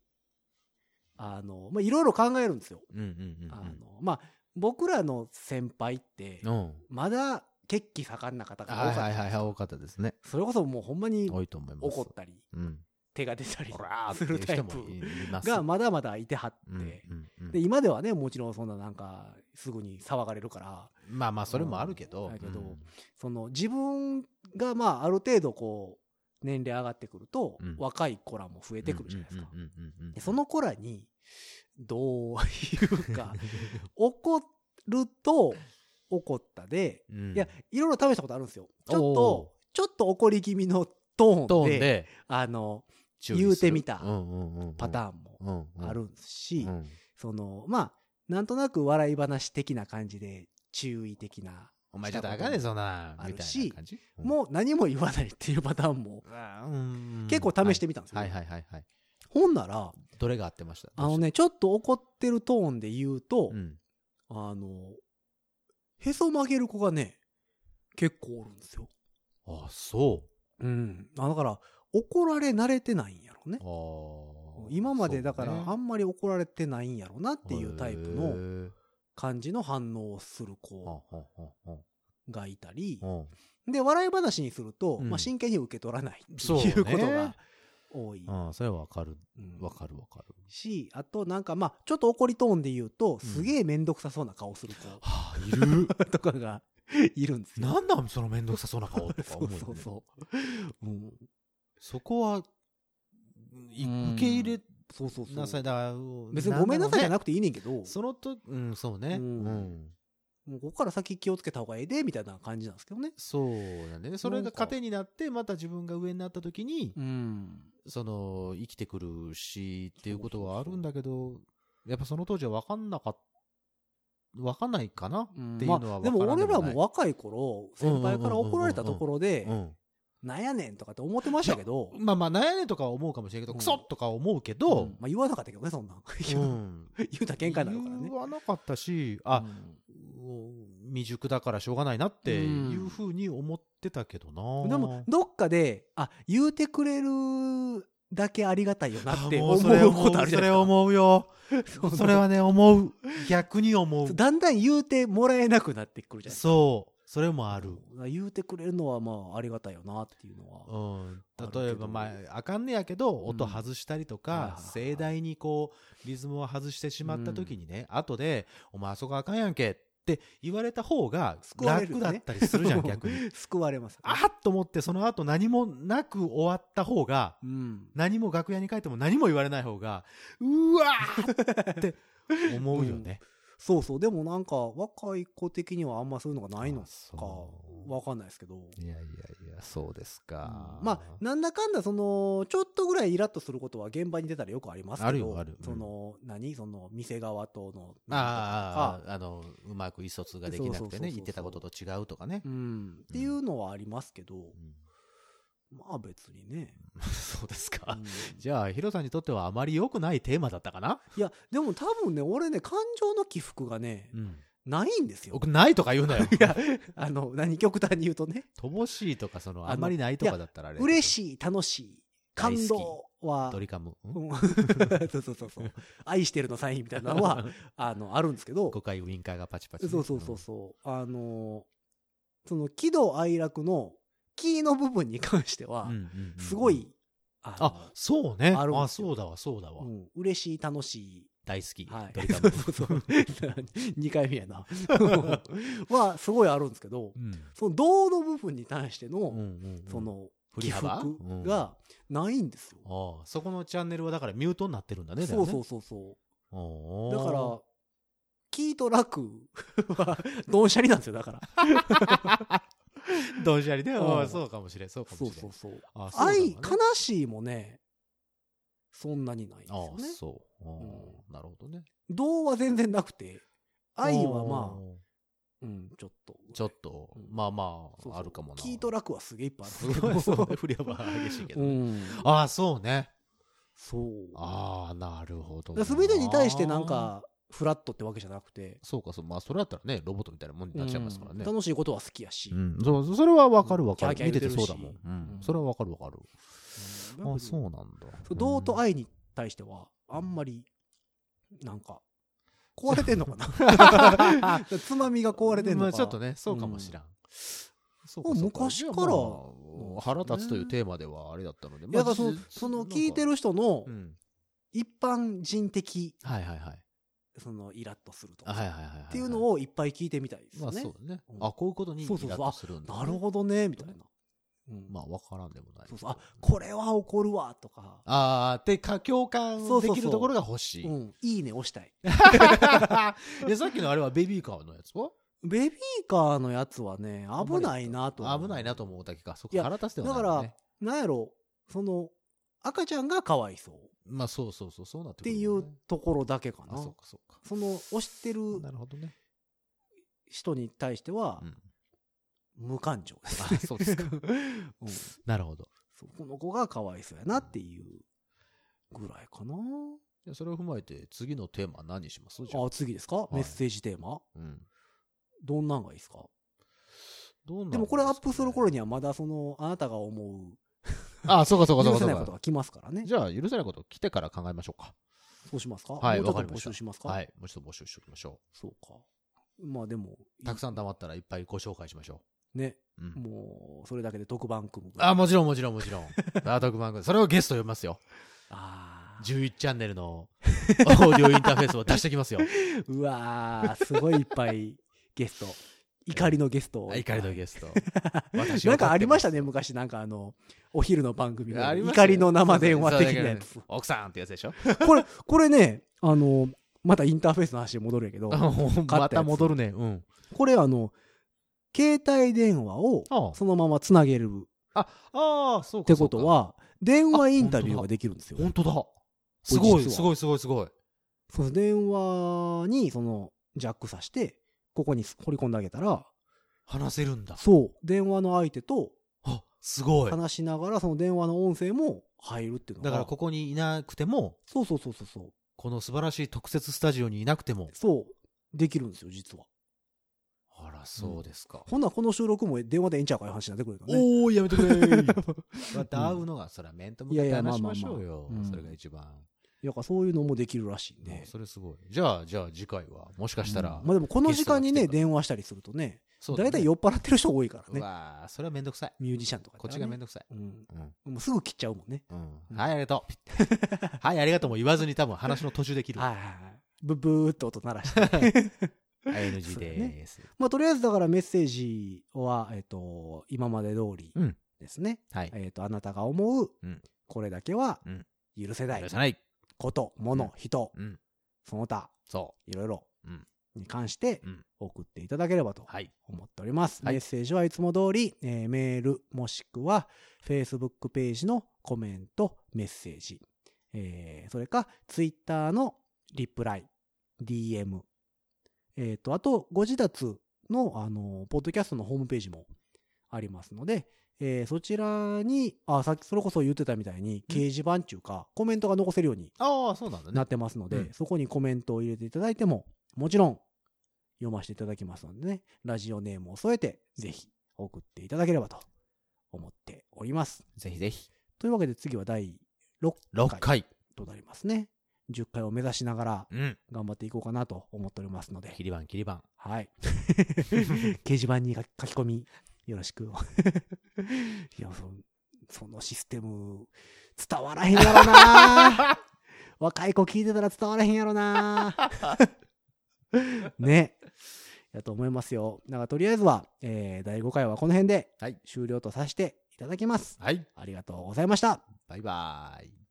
[SPEAKER 2] あのまあいろいろ考えるんですよ。
[SPEAKER 3] うんうん
[SPEAKER 2] あのまあ僕らの先輩って
[SPEAKER 3] うんうん。うん。
[SPEAKER 2] まだ血気盛んな方が多か
[SPEAKER 3] は
[SPEAKER 2] ったじゃな
[SPEAKER 3] いはい
[SPEAKER 2] です
[SPEAKER 3] い
[SPEAKER 2] か
[SPEAKER 3] はいはい、多かったですね。
[SPEAKER 2] それこそもうほんまに
[SPEAKER 3] 多いと思います。
[SPEAKER 2] 怒ったり
[SPEAKER 3] うん。
[SPEAKER 2] 手が出たり
[SPEAKER 3] ほらーって
[SPEAKER 2] するタ
[SPEAKER 3] いう
[SPEAKER 2] イ
[SPEAKER 3] 人
[SPEAKER 2] プ
[SPEAKER 3] もいます。
[SPEAKER 2] がまだまだいてはっ
[SPEAKER 3] うんうん
[SPEAKER 2] て
[SPEAKER 3] うん
[SPEAKER 2] で今ではねもちろんそんななんかすぐに騒がれるから
[SPEAKER 3] まあまあ、それもあるけど。
[SPEAKER 2] うんだけど
[SPEAKER 3] うん
[SPEAKER 2] その自分がまあある程度こう年齢上がってくると
[SPEAKER 3] うん
[SPEAKER 2] 若い子らも増えてくるじゃないですか
[SPEAKER 3] うんうんうんうんうん
[SPEAKER 2] でその子らにどういう
[SPEAKER 3] *laughs*
[SPEAKER 2] か怒ると怒ったで
[SPEAKER 3] うん
[SPEAKER 2] いやいろいろ試したことあるんですよちょっ
[SPEAKER 3] お
[SPEAKER 2] とちょっと怒り気味のト
[SPEAKER 3] ト
[SPEAKER 2] ーン
[SPEAKER 3] ー
[SPEAKER 2] で
[SPEAKER 3] ンで
[SPEAKER 2] あの
[SPEAKER 3] 注意する
[SPEAKER 2] 言うてみた
[SPEAKER 3] うんうんうんうん
[SPEAKER 2] パターンも
[SPEAKER 3] うんうん
[SPEAKER 2] あるし、
[SPEAKER 3] うん
[SPEAKER 2] そのまあなんとなく笑い話的な感じで注意的な、
[SPEAKER 3] お前ちょっとあかんねそんな
[SPEAKER 2] あ
[SPEAKER 3] み
[SPEAKER 2] る
[SPEAKER 3] た
[SPEAKER 2] し
[SPEAKER 3] いな感じうん
[SPEAKER 2] もう何も言わないっていうパターンも
[SPEAKER 3] うん
[SPEAKER 2] 結構試してみたんですよ、
[SPEAKER 3] はいはいはいはい
[SPEAKER 2] ほんなら
[SPEAKER 3] どれが合ってました
[SPEAKER 2] あのねちょっと怒ってるトーンで言うと、
[SPEAKER 3] うん
[SPEAKER 2] あのへそ曲げる子がね結構おるんですよ、
[SPEAKER 3] あそう
[SPEAKER 2] うん、あだから怒られ慣れてないんやろね
[SPEAKER 3] あー
[SPEAKER 2] 今までだから
[SPEAKER 3] そうね
[SPEAKER 2] あんまり怒られてないんやろなっていうタイプ
[SPEAKER 3] へ
[SPEAKER 2] の
[SPEAKER 3] ー
[SPEAKER 2] 感じの反応をする子
[SPEAKER 3] ほんほんほん
[SPEAKER 2] がいたり、
[SPEAKER 3] ほんうん
[SPEAKER 2] で笑い話にすると、
[SPEAKER 3] うん
[SPEAKER 2] まあ、真剣に受け取らないって
[SPEAKER 3] そう
[SPEAKER 2] い
[SPEAKER 3] ね
[SPEAKER 2] うことが多い、
[SPEAKER 3] うんそれはわかる
[SPEAKER 2] うん
[SPEAKER 3] わかるわかる
[SPEAKER 2] しあとなんかまあちょっと怒りトーンで言うと、
[SPEAKER 3] うん
[SPEAKER 2] すげえ面倒くさそうな顔する子
[SPEAKER 3] はあいる
[SPEAKER 2] *laughs* とかがいるんですよ。
[SPEAKER 3] なんなんその面倒くさそうな顔とか
[SPEAKER 2] そ
[SPEAKER 3] 思
[SPEAKER 2] う
[SPEAKER 3] うよね
[SPEAKER 2] そうそう、うん、
[SPEAKER 3] そこはい受け入れ
[SPEAKER 2] そうそうそう
[SPEAKER 3] なさいだから
[SPEAKER 2] 別にごめんなさいじゃ
[SPEAKER 3] な
[SPEAKER 2] なくていいねんけど、
[SPEAKER 3] くそのとうんそうね
[SPEAKER 2] う
[SPEAKER 3] うんん
[SPEAKER 2] もうここから先気をつけた方がええでみたいな感じなんですけどね。
[SPEAKER 3] そうなんだよね。それが糧になって、また自分が上になった時に、
[SPEAKER 2] うん、
[SPEAKER 3] その、生きてくるし、っていうことはあるんだけど、やっぱその当時は分かんなかっわかんないかな、
[SPEAKER 2] うん
[SPEAKER 3] っていうのは
[SPEAKER 2] まあでも
[SPEAKER 3] 分からんでもない
[SPEAKER 2] 俺らも若い頃先輩から怒られたところで
[SPEAKER 3] うん、
[SPEAKER 2] 「なんやねん」とかって思ってましたけど、
[SPEAKER 3] まあまあ悩めとかは思うかもしれないけど、
[SPEAKER 2] うん
[SPEAKER 3] クソとかは思うけ
[SPEAKER 2] う
[SPEAKER 3] ど
[SPEAKER 2] ん、まあ、言わなかったけどねそんなん *laughs* 言う
[SPEAKER 3] うん
[SPEAKER 2] 言うたら喧嘩になるからね
[SPEAKER 3] 言。わなかったしあ、
[SPEAKER 2] うん
[SPEAKER 3] 未熟だからしょうがないなっていうふうに思ってたけどな、
[SPEAKER 2] でもどっかであ言うてくれるだけありがたいよなって
[SPEAKER 3] あ
[SPEAKER 2] 思
[SPEAKER 3] も
[SPEAKER 2] う
[SPEAKER 3] それ
[SPEAKER 2] ことあるじゃ
[SPEAKER 3] そ
[SPEAKER 2] な
[SPEAKER 3] れ
[SPEAKER 2] いで
[SPEAKER 3] 思うよ
[SPEAKER 2] すか
[SPEAKER 3] それはね思う逆に思う
[SPEAKER 2] だんだん言うてもらえなくなってくるじゃないですか
[SPEAKER 3] そうそれもある、
[SPEAKER 2] 言うてくれるのはまあありがたいよなっていうのは、
[SPEAKER 3] うん、
[SPEAKER 2] あるけど
[SPEAKER 3] 例えばまああかんねやけど
[SPEAKER 2] ん
[SPEAKER 3] 音外したりと
[SPEAKER 2] はいはい
[SPEAKER 3] か、
[SPEAKER 2] はい
[SPEAKER 3] 盛大にこうリズムを外してしまった時にね、後で「お前あそこあかんやんけ」って言われた方が
[SPEAKER 2] 救われるよ
[SPEAKER 3] 楽
[SPEAKER 2] ね
[SPEAKER 3] だったりする
[SPEAKER 2] *laughs*
[SPEAKER 3] じゃん、逆に。
[SPEAKER 2] 救われます、
[SPEAKER 3] あっと思ってその後何もなく終わった方が
[SPEAKER 2] うん
[SPEAKER 3] 何も楽屋に帰っても何も言われない方がうわーって思うよね。
[SPEAKER 2] そうそうでもなんか若い子的にはあんまそういうのがないの
[SPEAKER 3] あ
[SPEAKER 2] か
[SPEAKER 3] そう
[SPEAKER 2] わかんないですけど
[SPEAKER 3] いやいやいやそうですか。
[SPEAKER 2] まあなんだかんだそのちょっとぐらいイラッとすることは現場に出たらよくありますけど
[SPEAKER 3] あるよあるうん
[SPEAKER 2] その何その店側との
[SPEAKER 3] あ
[SPEAKER 2] とか
[SPEAKER 3] ああのうまく意思疎通ができな
[SPEAKER 2] そうそう
[SPEAKER 3] く
[SPEAKER 2] そ
[SPEAKER 3] て
[SPEAKER 2] うそ
[SPEAKER 3] ね
[SPEAKER 2] う
[SPEAKER 3] 言ってたことと違うとかね
[SPEAKER 2] う。んっていうのはありますけど、
[SPEAKER 3] うん
[SPEAKER 2] まあ別にね、
[SPEAKER 3] *laughs* そうですか
[SPEAKER 2] う。ん
[SPEAKER 3] じゃあヒロさんにとってはあまり良くないテーマだったかな、
[SPEAKER 2] いやでも多分ね俺ね感情の起伏がね
[SPEAKER 3] うん、
[SPEAKER 2] ないんですよ
[SPEAKER 3] 僕ないとか言うな
[SPEAKER 2] *laughs*
[SPEAKER 3] よ。
[SPEAKER 2] いやあの何極端に言うとね
[SPEAKER 3] 乏しいとかその
[SPEAKER 2] あの
[SPEAKER 3] あんまりないとかだったらあれ。
[SPEAKER 2] 嬉
[SPEAKER 3] い。
[SPEAKER 2] しい、楽しい、感動は
[SPEAKER 3] ド、リカム。ん
[SPEAKER 2] うん *laughs* そうそうそうそう、愛してるのサインみたいな
[SPEAKER 3] *laughs*
[SPEAKER 2] のは、あの、あるんですけど
[SPEAKER 3] 5、回ウインカーがパチパチね、
[SPEAKER 2] そうそうそうそう、あのー、その喜怒哀楽のキーの部分に関しては
[SPEAKER 3] うんうん、うんうん
[SPEAKER 2] すごい、あの
[SPEAKER 3] あそうね
[SPEAKER 2] あ
[SPEAKER 3] あ
[SPEAKER 2] るんですよ
[SPEAKER 3] そうだわそうだわ、
[SPEAKER 2] うん嬉しい、楽しい、
[SPEAKER 3] 大好き、
[SPEAKER 2] はい
[SPEAKER 3] ド *laughs* リカ、
[SPEAKER 2] そ
[SPEAKER 3] ム
[SPEAKER 2] うそうそう、2回目や
[SPEAKER 3] *laughs*
[SPEAKER 2] な、は、すごいあるんですけど、
[SPEAKER 3] うん
[SPEAKER 2] その銅の部分に対して
[SPEAKER 3] うんう
[SPEAKER 2] の、
[SPEAKER 3] んうん
[SPEAKER 2] その、
[SPEAKER 3] 振
[SPEAKER 2] 起
[SPEAKER 3] り幅
[SPEAKER 2] 伏
[SPEAKER 3] うんあ
[SPEAKER 2] がないんですよ。
[SPEAKER 3] あそこのチャンネルはだからミュートになってるんだね
[SPEAKER 2] そうそううそうそう。
[SPEAKER 3] そう
[SPEAKER 2] だから、キーと楽は、 *laughs* ドンシャリなんですよ、だから。
[SPEAKER 3] ドンジャリね
[SPEAKER 2] うん
[SPEAKER 3] ああそうかもしれんそうかもし
[SPEAKER 2] そ
[SPEAKER 3] れ
[SPEAKER 2] うんそうそう。
[SPEAKER 3] あそうだわね
[SPEAKER 2] 愛、悲しいもね、そんなにないんです
[SPEAKER 3] あ
[SPEAKER 2] よ
[SPEAKER 3] あ
[SPEAKER 2] ね。
[SPEAKER 3] そうああなるほどね
[SPEAKER 2] 動は全然なくて、愛はまあ、
[SPEAKER 3] あ
[SPEAKER 2] うん、ちょっと。
[SPEAKER 3] ちょっと
[SPEAKER 2] うん
[SPEAKER 3] まあま
[SPEAKER 2] そうそう
[SPEAKER 3] ああるかもな
[SPEAKER 2] キーと楽はすげえいっぱいあ
[SPEAKER 3] す
[SPEAKER 2] るんですけ
[SPEAKER 3] ご
[SPEAKER 2] ど
[SPEAKER 3] い *laughs* そうね振り幅激しいけど
[SPEAKER 2] う
[SPEAKER 3] ね
[SPEAKER 2] ん。
[SPEAKER 3] ああそうね
[SPEAKER 2] そう。
[SPEAKER 3] ああなるほど
[SPEAKER 2] だから全てに対してなんか、フラットってわけじゃなくて、
[SPEAKER 3] そうかそうまあそれだったらねロボットみたいなもんになっちゃいますからね、
[SPEAKER 2] うん楽しいことは好きやし。
[SPEAKER 3] うん、そうそれはわかるわかる、
[SPEAKER 2] キャー
[SPEAKER 3] 見
[SPEAKER 2] キャ
[SPEAKER 3] て
[SPEAKER 2] ー言うて
[SPEAKER 3] て
[SPEAKER 2] るし
[SPEAKER 3] そうだもん、うん
[SPEAKER 2] うん
[SPEAKER 3] それはわかるわかる、
[SPEAKER 2] うん
[SPEAKER 3] あそうなんだ
[SPEAKER 2] そう道と愛に対しては、あんまり、なんか、壊れてんのか *laughs* な *laughs* つまみが壊れてん
[SPEAKER 3] ま
[SPEAKER 2] の
[SPEAKER 3] あ
[SPEAKER 2] か。
[SPEAKER 3] ちょっとねそうかもしらん、そうか
[SPEAKER 2] あ
[SPEAKER 3] そうか
[SPEAKER 2] 昔から
[SPEAKER 3] じゃあまあ
[SPEAKER 2] ね
[SPEAKER 3] 腹立つというテーマではあれだったので、
[SPEAKER 2] いや。だからその
[SPEAKER 3] 実、
[SPEAKER 2] その聞いてる人の
[SPEAKER 3] なんかうん
[SPEAKER 2] 一般人的、
[SPEAKER 3] はいはいはい
[SPEAKER 2] そのイラッとすると
[SPEAKER 3] あ
[SPEAKER 2] か、
[SPEAKER 3] はいはいはいはい
[SPEAKER 2] っていうのをいっぱい聞いてみたいです
[SPEAKER 3] ま
[SPEAKER 2] よ
[SPEAKER 3] あ
[SPEAKER 2] ね。
[SPEAKER 3] そうだね、
[SPEAKER 2] うん
[SPEAKER 3] あこういうことにイラ
[SPEAKER 2] そうそうそう
[SPEAKER 3] ッとするんだ、
[SPEAKER 2] なるほどね、みたいな。うん
[SPEAKER 3] まあわからんでもない
[SPEAKER 2] そうそうあ、これは怒るわ、とか、
[SPEAKER 3] ああでか共感
[SPEAKER 2] そうそう
[SPEAKER 3] で
[SPEAKER 2] そう
[SPEAKER 3] きるところが欲しい
[SPEAKER 2] うん、いいね押したい。
[SPEAKER 3] *laughs* でさっきのあれはベビーカーのやつは
[SPEAKER 2] ベビーカーのやつはね、危ないなと。
[SPEAKER 3] 危ないなと思うだけかそ
[SPEAKER 2] い
[SPEAKER 3] こ
[SPEAKER 2] や
[SPEAKER 3] 腹立つで
[SPEAKER 2] だ
[SPEAKER 3] はな
[SPEAKER 2] か
[SPEAKER 3] いもん
[SPEAKER 2] ら
[SPEAKER 3] ね、
[SPEAKER 2] なんやろ、その、赤ちゃんがかわいそう。
[SPEAKER 3] まあそうそうそうそうなっ
[SPEAKER 2] って
[SPEAKER 3] く
[SPEAKER 2] て
[SPEAKER 3] る
[SPEAKER 2] い
[SPEAKER 3] よ
[SPEAKER 2] う
[SPEAKER 3] ね
[SPEAKER 2] ところだけかな。
[SPEAKER 3] あそう
[SPEAKER 2] そ
[SPEAKER 3] かそうか
[SPEAKER 2] の押してる
[SPEAKER 3] なるほどね、
[SPEAKER 2] 人に対しては
[SPEAKER 3] うん、
[SPEAKER 2] 無感情です。
[SPEAKER 3] あ *laughs* そうですか
[SPEAKER 2] うん
[SPEAKER 3] なるほど
[SPEAKER 2] そうこの子がかわいそうやなっていうぐらいかな。
[SPEAKER 3] じゃあそれを踏まえて次のテーマは何にしますじゃあ
[SPEAKER 2] あ、次ですか、
[SPEAKER 3] い
[SPEAKER 2] メッセージテーマ
[SPEAKER 3] うん
[SPEAKER 2] どんなんがいいですか
[SPEAKER 3] どうなん
[SPEAKER 2] でもこれアップする頃
[SPEAKER 3] に
[SPEAKER 2] にはまだその、あなたが思
[SPEAKER 3] あそうかそう
[SPEAKER 2] う、
[SPEAKER 3] かそ
[SPEAKER 2] 許
[SPEAKER 3] うか
[SPEAKER 2] せ
[SPEAKER 3] そ
[SPEAKER 2] ないうこと
[SPEAKER 3] か
[SPEAKER 2] が来ますからね。
[SPEAKER 3] じゃあ許せないこと来てから考えましょうか
[SPEAKER 2] そうしますか
[SPEAKER 3] はい
[SPEAKER 2] もうちょ
[SPEAKER 3] わか
[SPEAKER 2] っ
[SPEAKER 3] り
[SPEAKER 2] と
[SPEAKER 3] ま
[SPEAKER 2] 募
[SPEAKER 3] した
[SPEAKER 2] 集しますか
[SPEAKER 3] はいもうちょっと募集しておきましょ
[SPEAKER 2] そうか。まあでも、
[SPEAKER 3] うたくさん溜まったらいっぱいご紹介しましょ
[SPEAKER 2] ね、
[SPEAKER 3] う、うん、
[SPEAKER 2] もう、それだけで特番組むぐらい。
[SPEAKER 3] あもちろんもちろんもちろんあ特番組それをゲスト呼びますよ
[SPEAKER 2] あー
[SPEAKER 3] 11チャンネル *laughs* のオーディオインターフェースを出してきますよ。
[SPEAKER 2] うわー、すごいいっぱいゲ
[SPEAKER 3] *laughs*
[SPEAKER 2] スト。怒りのゲストを。
[SPEAKER 3] 怒りのゲス *laughs* ト。
[SPEAKER 2] なんかありましたね、
[SPEAKER 3] 昔。
[SPEAKER 2] 昔。なんかあの、お昼の番組が
[SPEAKER 3] ありまし
[SPEAKER 2] 怒
[SPEAKER 3] たよ
[SPEAKER 2] りの生電話的なやつ
[SPEAKER 3] そう。奥さんってやつ *laughs* でしょ
[SPEAKER 2] これ、これね、あの、またインターフェースの話に戻るんやけ
[SPEAKER 3] *laughs*
[SPEAKER 2] ど、
[SPEAKER 3] また戻るね。うん。
[SPEAKER 2] これあの、携帯電話を
[SPEAKER 3] あ
[SPEAKER 2] そのままつなげるっ
[SPEAKER 3] あ、ああ、そうか。
[SPEAKER 2] てこと
[SPEAKER 3] そうか、
[SPEAKER 2] は、電話インタビューができるんですよ。
[SPEAKER 3] 本当だ。
[SPEAKER 2] れ
[SPEAKER 3] すごい、
[SPEAKER 2] 実は
[SPEAKER 3] すごい、すごい、すごい。
[SPEAKER 2] そう電話に、その、ジャックさして、ここに掘り込んであげたら、
[SPEAKER 3] 話せるんだ。
[SPEAKER 2] そう、電話の相手と
[SPEAKER 3] あ、すごい。
[SPEAKER 2] 話しながら、その電話の音声も入るっていうのが。
[SPEAKER 3] だからここにいなくても、
[SPEAKER 2] そうそうそうそうそう。
[SPEAKER 3] この素晴らしい特設スタジオにいなくても。
[SPEAKER 2] そう、できるんですよ、実は。
[SPEAKER 3] あら、そうですか。
[SPEAKER 2] ほんならこの収録も電話でええんちゃうかいう話になってくるよね。
[SPEAKER 3] おー、やめてく
[SPEAKER 2] *laughs*
[SPEAKER 3] れまた会うのが、そら面と向かっ
[SPEAKER 2] い
[SPEAKER 3] て
[SPEAKER 2] やいやまあ
[SPEAKER 3] 話し
[SPEAKER 2] まあまあ
[SPEAKER 3] ましょうよ
[SPEAKER 2] うん。
[SPEAKER 3] それが一番。
[SPEAKER 2] いやっぱそういうのもできるらしいね
[SPEAKER 3] ね。それすごい。じゃあ、じゃあ次回は、もしかしたら
[SPEAKER 2] うんまあ、でもこの時間にね
[SPEAKER 3] ゲストが来てる
[SPEAKER 2] 電話したりするとね
[SPEAKER 3] そうだね
[SPEAKER 2] 大体酔っ払ってる人多いから
[SPEAKER 3] う
[SPEAKER 2] ね
[SPEAKER 3] わーそれはめんどくさい。
[SPEAKER 2] ミュージシャンとか
[SPEAKER 3] こっちがめん
[SPEAKER 2] ど
[SPEAKER 3] どくさい。
[SPEAKER 2] くうん
[SPEAKER 3] うん。
[SPEAKER 2] もうすぐ切っちゃうもんね
[SPEAKER 3] うん。はい、ありがとう。 *laughs* はい、ありがとうも言わずに多分話の途中で切る。
[SPEAKER 2] *laughs*
[SPEAKER 3] *laughs*
[SPEAKER 2] はいはいはいブブーっと音鳴らして
[SPEAKER 3] ING でーす。
[SPEAKER 2] まあとりあえずだからメッセージはえっと今まで通り
[SPEAKER 3] うん
[SPEAKER 2] ですね
[SPEAKER 3] はい。
[SPEAKER 2] えっとあなたが思う
[SPEAKER 3] うん
[SPEAKER 2] これだけは
[SPEAKER 3] うん
[SPEAKER 2] 許せない
[SPEAKER 3] 許さない。
[SPEAKER 2] こと物
[SPEAKER 3] うん
[SPEAKER 2] 人
[SPEAKER 3] うん。
[SPEAKER 2] その他
[SPEAKER 3] そ
[SPEAKER 2] いろいろ
[SPEAKER 3] うん
[SPEAKER 2] に関して
[SPEAKER 3] う。うん。
[SPEAKER 2] 送っていただければと
[SPEAKER 3] はい。
[SPEAKER 2] 思っております。
[SPEAKER 3] はい
[SPEAKER 2] メッセージはいつも通り、えーメールもしくは Facebook ページのコメント、メッセージ、えーそれか Twitter のリプライ、DM、えーと、あと、ご自立の、あのーポッドキャストのホームページもありますので、えーそちらに、あ、さっきそれこそ言ってたみたいに、
[SPEAKER 3] うん
[SPEAKER 2] 掲示板っていうか、コメントが残せるように
[SPEAKER 3] ああ、そうなんだね
[SPEAKER 2] なっ。てますので、
[SPEAKER 3] うん
[SPEAKER 2] そこにコメントを入れていただいても、もちろん読ませていただきますのでね、ラジオネームを添えて、ぜひ送っていただければと思っております。
[SPEAKER 3] ぜひぜひ。
[SPEAKER 2] というわけで次は第6
[SPEAKER 3] 6
[SPEAKER 2] 回
[SPEAKER 3] 回。
[SPEAKER 2] となりますね。10回を目指しながら
[SPEAKER 3] うん。
[SPEAKER 2] 頑張っていこうかなと思っておりますので
[SPEAKER 3] 切、り板、切り板。
[SPEAKER 2] はい。 *laughs* 掲示板に書き書き込み、よろしく。 *laughs* いや、そそのシステム、伝わらへんやろ
[SPEAKER 3] *laughs*
[SPEAKER 2] な若い子聞いてたら伝わらへんやろなね。やと思いますよ。だからとりあえずは、えー第5回はこの辺で
[SPEAKER 3] はい。
[SPEAKER 2] 終了とさせていただきます。
[SPEAKER 3] はい。
[SPEAKER 2] ありがとうございました。
[SPEAKER 3] バイバーイ。